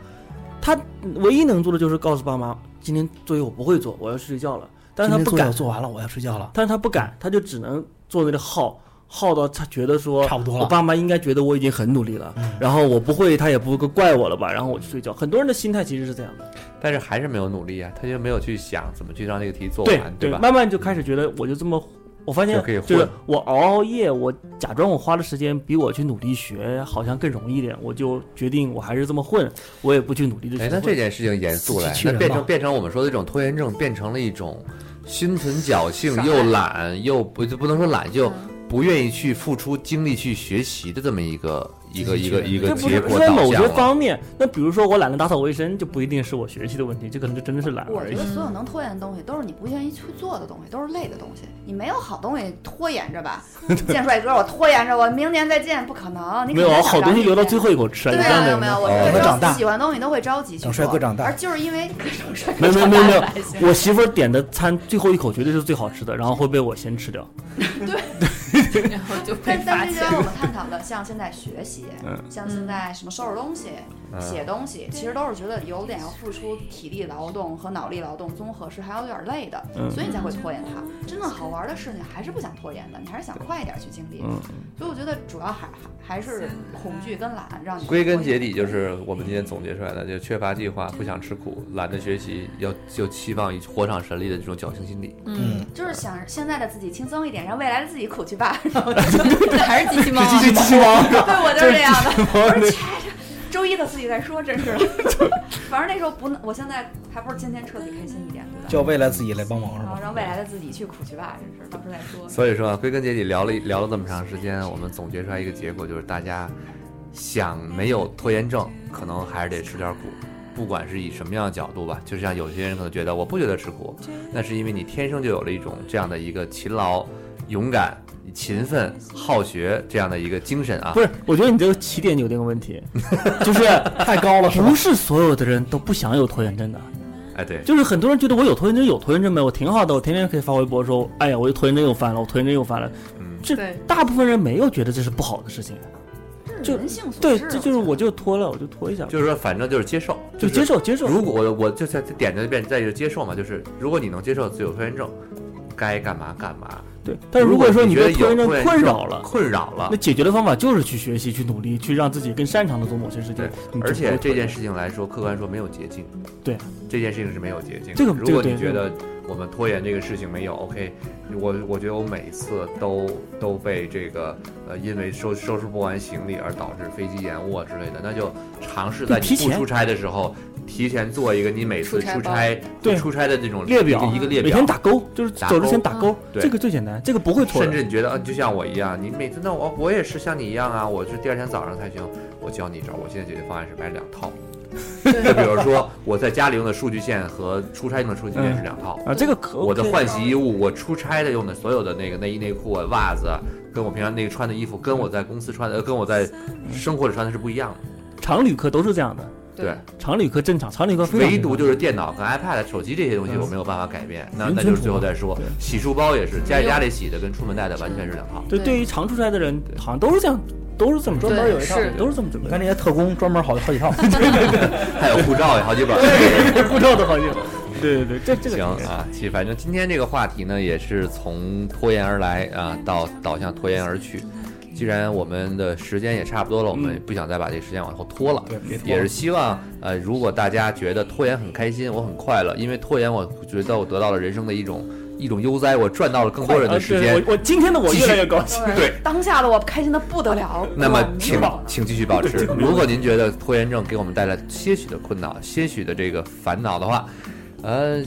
[SPEAKER 2] 他唯一能做的就是告诉爸妈，今天作业我不会做，我要睡觉了。但是他
[SPEAKER 4] 今天
[SPEAKER 2] 不
[SPEAKER 4] 作业
[SPEAKER 2] 敢
[SPEAKER 4] 我，做完了，我要睡觉了。
[SPEAKER 2] 但是他不敢，他就只能坐那里耗，耗到他觉得说
[SPEAKER 4] 差不多
[SPEAKER 2] 我
[SPEAKER 4] 了，
[SPEAKER 2] 爸妈应该觉得我已经很努力了，
[SPEAKER 3] 嗯
[SPEAKER 2] 然后我不会，他也不会怪我了吧？然后我就睡觉。很多人的心态其实是这样的，
[SPEAKER 3] 但是还是没有努力啊，他就没有去想怎么去让这个题做
[SPEAKER 2] 对
[SPEAKER 3] 完，吧？
[SPEAKER 2] 慢慢就开始觉得我就这么，我发现
[SPEAKER 3] 就可以混
[SPEAKER 2] 就是我熬熬夜，我假装我花的时间比我去努力学好像更容易一点，我就决定我还是这么混，我也不去努力的
[SPEAKER 3] 哎
[SPEAKER 2] 学，
[SPEAKER 3] 那
[SPEAKER 2] 混。
[SPEAKER 3] 这件事情严肃了，
[SPEAKER 4] 自欺欺
[SPEAKER 3] 那
[SPEAKER 4] 人
[SPEAKER 3] 变
[SPEAKER 4] 嘛
[SPEAKER 3] 成变成我们说的这种拖延症，变成了一种心存侥幸又懒又不就不能说懒，就
[SPEAKER 2] 嗯
[SPEAKER 3] 不愿意去付出精力去学习的这么一个一个
[SPEAKER 4] 自欺
[SPEAKER 3] 一
[SPEAKER 4] 欺
[SPEAKER 3] 个
[SPEAKER 4] 人
[SPEAKER 3] 一
[SPEAKER 2] 这
[SPEAKER 3] 个
[SPEAKER 2] 不
[SPEAKER 3] 结
[SPEAKER 2] 是
[SPEAKER 3] 果
[SPEAKER 2] 不是
[SPEAKER 3] 导
[SPEAKER 2] 某
[SPEAKER 3] 向啊
[SPEAKER 2] 些
[SPEAKER 3] 了。
[SPEAKER 2] 方面，那比如说我懒得打扫卫生，就不一定是我学习的问题，这可能就真的是懒
[SPEAKER 8] 我
[SPEAKER 2] 而
[SPEAKER 8] 觉
[SPEAKER 2] 已
[SPEAKER 8] 得。所有能拖延的东西都是你不愿意去做的东西，都是累的东西。你没有好东西拖延
[SPEAKER 2] <laughs>
[SPEAKER 8] 着吧？建帅哥，我拖延着，我明年再见，不可能。你
[SPEAKER 2] 没有啊，
[SPEAKER 8] 肯定
[SPEAKER 2] 好
[SPEAKER 8] 想
[SPEAKER 2] 东西
[SPEAKER 8] 着
[SPEAKER 2] 留到
[SPEAKER 8] 明
[SPEAKER 2] 最
[SPEAKER 8] 年
[SPEAKER 2] 后一口吃啊，
[SPEAKER 8] 对
[SPEAKER 2] 你这
[SPEAKER 8] 啊，
[SPEAKER 2] 样
[SPEAKER 8] 没
[SPEAKER 2] 的
[SPEAKER 8] 有
[SPEAKER 2] 人
[SPEAKER 8] 没有，
[SPEAKER 2] 吗
[SPEAKER 8] 我
[SPEAKER 3] 哦
[SPEAKER 8] 是
[SPEAKER 4] 那长
[SPEAKER 8] 着
[SPEAKER 4] 大
[SPEAKER 8] 急喜欢的东西都会着急去
[SPEAKER 4] 等帅哥
[SPEAKER 8] 做，
[SPEAKER 4] 长大
[SPEAKER 8] 而就是因为
[SPEAKER 2] <laughs> 没有没有没有没有，我媳妇儿点的餐最后一口绝对是最好吃的，然后会被我先吃掉。
[SPEAKER 7] 然后
[SPEAKER 3] <laughs>
[SPEAKER 7] 就被
[SPEAKER 8] 但
[SPEAKER 7] 发
[SPEAKER 8] 但是就
[SPEAKER 7] 现
[SPEAKER 8] 像。我们探讨的，像现在学习，像现在什么收拾东西、
[SPEAKER 3] 嗯
[SPEAKER 8] 写东西，其实都是觉得有点要付出体力劳动和脑力劳动综合是还有点累的，
[SPEAKER 2] 嗯
[SPEAKER 8] 所以你才会拖延它。真正好玩的事情还是不想拖延的，你还是想快一点去经历。
[SPEAKER 2] 嗯，
[SPEAKER 8] 所以我觉得主要还还还是恐惧跟懒让你
[SPEAKER 3] 归根结底就是我们今天总结出来的，就缺乏计划，不想吃苦，懒得学习，要就期望以火场神力的这种侥幸心理。
[SPEAKER 4] 嗯，
[SPEAKER 8] 就是想现在的自己轻松一点，让未来的自己苦去吧。
[SPEAKER 7] 还是机器猫啊，
[SPEAKER 2] 继续继续往
[SPEAKER 8] <laughs> 对，我就是这样的。我说切，这周一的自己再说，真是的。 <laughs> 反正那时候不能，我现在还不是今天彻底开心一点，对吧？
[SPEAKER 4] 叫未来自己来帮忙是
[SPEAKER 8] 然后
[SPEAKER 4] 吧？
[SPEAKER 8] 让未来的自己去苦去吧，真是到时候再说。
[SPEAKER 3] 所以说啊，归根结底聊了一聊了这么长时间，我们总结出来一个结果，就是大家想没有拖延症，可能还是得吃点苦。不管是以什么样的角度吧，就像有些人可能觉得我不觉得吃苦，那是因为你天生就有了一种这样的一个勤劳、勇敢、勤奋、好学这样的一个精神啊
[SPEAKER 2] 不。是，我觉得你这个起点有这个问题，就是
[SPEAKER 4] 太高了是吧
[SPEAKER 2] 不？是所有的人都不想有拖延症的，
[SPEAKER 3] 哎，对，
[SPEAKER 2] 就是很多人觉得我有拖延症，有拖延症没？我挺好的，我天天可以发微博说，哎呀，我有拖延症又犯了，我拖延症又犯了。
[SPEAKER 3] 嗯，
[SPEAKER 2] 这
[SPEAKER 7] 对
[SPEAKER 2] 大部分人没有觉得这是不好的事情，
[SPEAKER 8] 这
[SPEAKER 2] 就是
[SPEAKER 8] 人性所
[SPEAKER 2] 对，
[SPEAKER 8] 致，
[SPEAKER 2] 这就是我就拖了，我就拖一下，
[SPEAKER 3] 就是说，反正就是接受，
[SPEAKER 2] 就是接受接受。
[SPEAKER 3] 如果我就在点在变在于接受嘛，就是如果你能接受自己有拖延症，该干嘛干嘛。
[SPEAKER 2] 对，但是如果说你
[SPEAKER 3] 觉得
[SPEAKER 2] 被
[SPEAKER 3] 有
[SPEAKER 2] 拖延症
[SPEAKER 3] 拖延
[SPEAKER 2] 困
[SPEAKER 3] 症
[SPEAKER 2] 扰了，
[SPEAKER 3] 困扰了
[SPEAKER 2] 那，解决的方法就是去学习、去努力、去让自己更擅长的做某些事情
[SPEAKER 3] 对。
[SPEAKER 2] 你就
[SPEAKER 3] 而
[SPEAKER 2] 不
[SPEAKER 3] 且
[SPEAKER 2] 会
[SPEAKER 3] 这件
[SPEAKER 2] 拖
[SPEAKER 3] 事情来说，客观说没有捷径。
[SPEAKER 2] 对，
[SPEAKER 3] 这件事情是没有捷径的。
[SPEAKER 2] 这个
[SPEAKER 3] 如
[SPEAKER 2] 这个
[SPEAKER 3] 果你
[SPEAKER 2] 对
[SPEAKER 3] 觉得我们拖延这个事情没有 OK，我我觉得我每次都都被这个呃因为收收拾不完行李而导致飞机延误啊之类的，那就尝试在
[SPEAKER 2] 对
[SPEAKER 3] 你
[SPEAKER 2] 提
[SPEAKER 3] 不
[SPEAKER 2] 前
[SPEAKER 3] 出差的时候。提前做一个你每次
[SPEAKER 7] 出差
[SPEAKER 3] 出
[SPEAKER 7] 包
[SPEAKER 3] 差
[SPEAKER 2] 对
[SPEAKER 3] 出差的这种
[SPEAKER 2] 列表
[SPEAKER 3] 一个列
[SPEAKER 2] 每
[SPEAKER 3] 表
[SPEAKER 2] 天，打勾，就是
[SPEAKER 3] 打
[SPEAKER 2] 走之前
[SPEAKER 3] 勾啊
[SPEAKER 2] 打勾，
[SPEAKER 3] 对
[SPEAKER 2] 这个最简单，这个不会错
[SPEAKER 3] 甚
[SPEAKER 2] 的。
[SPEAKER 3] 至你觉得，嗯，就像我一样，你每次那我我也是像你一样啊，我是第二天早上才行。我教你一招，我现在解决方案是买两套。就比如说我在家里用的数据线和出差用的数据线是两套，
[SPEAKER 2] 啊，这个可
[SPEAKER 3] 我的
[SPEAKER 2] OK
[SPEAKER 3] 换洗衣物，我出差的用的所有的那个内衣内裤啊、袜子啊，跟我平常那个穿的衣服，跟我在公司穿的，呃跟我在生活里穿的是不一样的。
[SPEAKER 2] 常旅客都是这样的，
[SPEAKER 3] 对，
[SPEAKER 2] 常旅客正常，常旅客非常
[SPEAKER 3] 唯独
[SPEAKER 2] 正
[SPEAKER 3] 就是电脑跟 iPad、手机这些东西
[SPEAKER 2] 嗯
[SPEAKER 3] 我没有办法改变，那
[SPEAKER 2] 云
[SPEAKER 3] 那
[SPEAKER 2] 存
[SPEAKER 3] 就是最
[SPEAKER 2] 储
[SPEAKER 3] 后再说
[SPEAKER 2] 对。
[SPEAKER 3] 洗漱包也是，家里家里洗的跟出门带的完全是两套。
[SPEAKER 2] 常对，对于常出差的人，好像都是这样，都是这么
[SPEAKER 4] 专门有一
[SPEAKER 7] 对
[SPEAKER 4] 套，
[SPEAKER 7] 是
[SPEAKER 2] 都是这么准
[SPEAKER 4] 你
[SPEAKER 2] 备
[SPEAKER 4] 看
[SPEAKER 2] 的。
[SPEAKER 4] 那些特工专门好好几套，
[SPEAKER 3] 还有护照也好几 <laughs> 本。
[SPEAKER 2] 护照都好像，对对对，这这个
[SPEAKER 3] 行啊，其实反正今天这个话题呢，也是从拖延而来啊，到导向拖延而去。既然我们的时间也差不多了，我们也不想再把这个时间往后拖了，
[SPEAKER 4] 对别拖了
[SPEAKER 3] 也是希望呃，如果大家觉得拖延很开心，我很快乐，因为拖延我觉得我得到了人生的一种一种悠哉，我赚到了更多人的
[SPEAKER 2] 啊
[SPEAKER 3] 时
[SPEAKER 2] 对
[SPEAKER 3] 间。
[SPEAKER 2] 我我今天的我
[SPEAKER 3] 继
[SPEAKER 2] 越
[SPEAKER 3] 续
[SPEAKER 2] 来越高兴。
[SPEAKER 3] 对，
[SPEAKER 8] 当下的我开心的不得了。
[SPEAKER 3] 那么
[SPEAKER 8] 哇，
[SPEAKER 3] 请请继续保持。如果您觉得拖延症给我们带来些许的困扰、些许的这个烦恼的话，呃，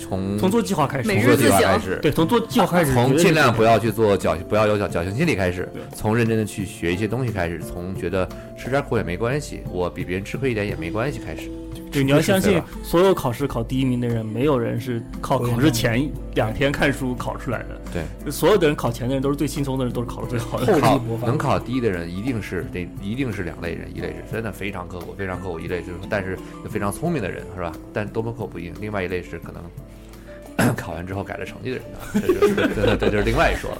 [SPEAKER 3] 从
[SPEAKER 2] 从做计划开始，
[SPEAKER 7] 每
[SPEAKER 3] 从
[SPEAKER 7] 日
[SPEAKER 3] 做
[SPEAKER 7] 自
[SPEAKER 3] 计划
[SPEAKER 7] 省
[SPEAKER 3] 开始，
[SPEAKER 2] 对，从做计划开始，
[SPEAKER 3] 从
[SPEAKER 2] 绝对
[SPEAKER 3] 尽量
[SPEAKER 2] 是
[SPEAKER 3] 不要去做侥不要有侥侥幸心理开始
[SPEAKER 2] 对，
[SPEAKER 3] 从认真的去学一些东西开始，从觉得吃点苦也没关系，我比别人吃亏一点也没关系开始。
[SPEAKER 2] 对，你要相
[SPEAKER 3] 对
[SPEAKER 2] 信
[SPEAKER 3] 吧，
[SPEAKER 2] 所有考试考第一名的人，没有人是靠考试前两天看书考出来的。
[SPEAKER 3] 对，
[SPEAKER 2] 所有的人考前的人都是最轻松的人，都是考的最好的。
[SPEAKER 4] 厚
[SPEAKER 3] 考
[SPEAKER 4] 积薄发
[SPEAKER 3] 能考第一的人一定是得一定是两类人，一类是真的非常刻苦，非常刻苦；一类就是但是非常聪明的人，是吧？但多么刻苦不一定。另外一类是可能 <clears throat> 考完之后改了成绩的人呢， <laughs> 这就是这这这就是另外一说了。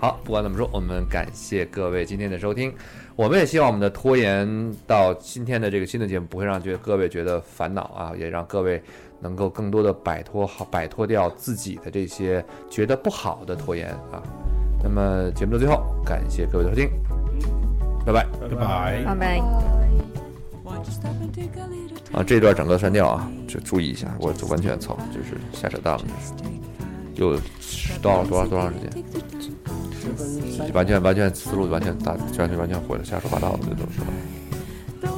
[SPEAKER 3] 好，不管怎么说，我们感谢各位今天的收听。我们也希望我们的拖延到今天的这个新的节目不会让觉各位觉得烦恼啊，也让各位能够更多的摆脱好摆脱掉自己的这些觉得不好的拖延啊。那么节目的最后，感谢各位的收听，拜拜
[SPEAKER 4] 拜拜。
[SPEAKER 7] 拜拜。
[SPEAKER 3] 啊！这段整个删掉啊，就注意一下，我就完全操，就是瞎扯淡了，有多少多少多长时间，完全完全思路完全打完全完全毁了，瞎说八道的这都是。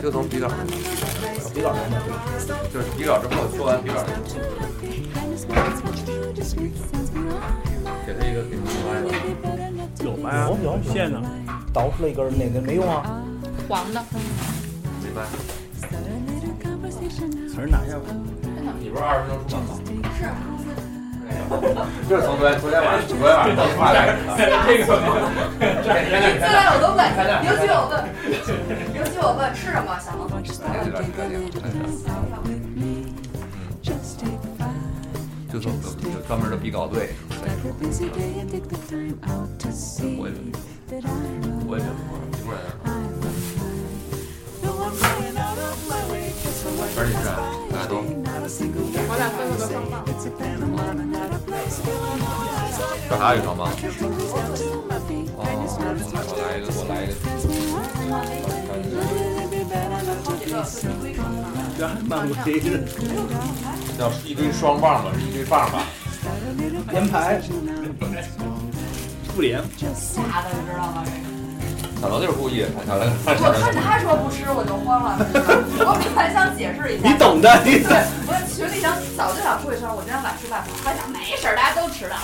[SPEAKER 3] 就从笔稿，笔稿就是笔稿之后做完笔稿，给他一个给他一个。
[SPEAKER 2] 有吧？
[SPEAKER 4] 有有
[SPEAKER 2] 线呢？
[SPEAKER 4] 倒出来一根儿那个没用啊，
[SPEAKER 7] 黄的，
[SPEAKER 3] 明白？
[SPEAKER 4] 词儿拿下吧。
[SPEAKER 3] 你不是二十分钟出版吗？是。就是从昨天昨天晚上昨天晚上到画的，
[SPEAKER 8] 现在我都问，尤其我问，尤其我问吃什么，小王
[SPEAKER 3] 这段时间就从有专门的比稿队，我也我也一会儿反正你是啊大家都。
[SPEAKER 8] 我俩分了个双棒。
[SPEAKER 3] 找啥有床吗？哦，我来一个，我来一个。要是一堆双棒吧，是一堆棒吧。
[SPEAKER 4] 连排
[SPEAKER 8] 吓的，你知道吗？
[SPEAKER 3] 可能就是故意的，想来
[SPEAKER 8] 我看他说不吃，我就慌了。我本来想解释一下，
[SPEAKER 2] 懂的，你
[SPEAKER 8] 对，我群里想早就想说一声，我今天晚吃饭，我想没事儿，大家都吃的。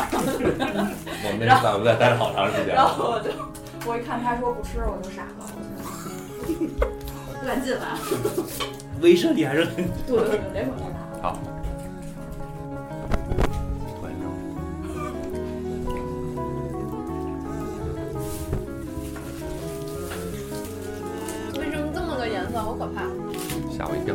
[SPEAKER 3] 我们那是在我们在待了好长时间
[SPEAKER 8] 然。后 <laughs> 我就我一看他说不吃，我就傻了， <laughs> 我就乱进来了。
[SPEAKER 2] 威慑力还是很。
[SPEAKER 8] 对对对，连滚带爬。
[SPEAKER 3] 好。
[SPEAKER 7] 为什么这么个颜色？好可怕！
[SPEAKER 3] 吓我一跳。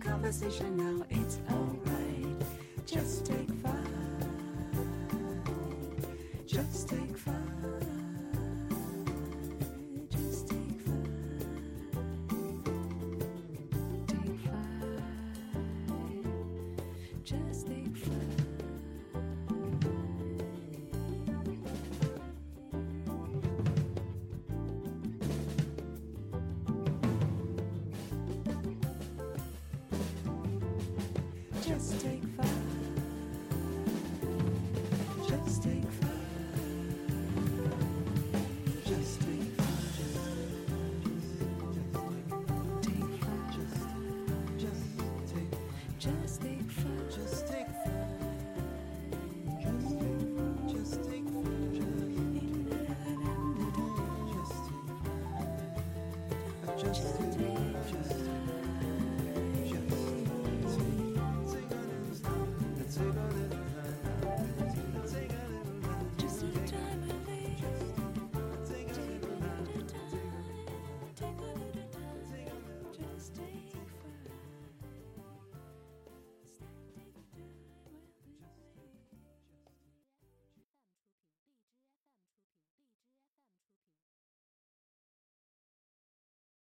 [SPEAKER 10] Conversation now, it's alright. Just take five. Just take five. Just take five. Take five. Just take five. Just take five. Just take five. Just take five. Just take five. Just take five. Just take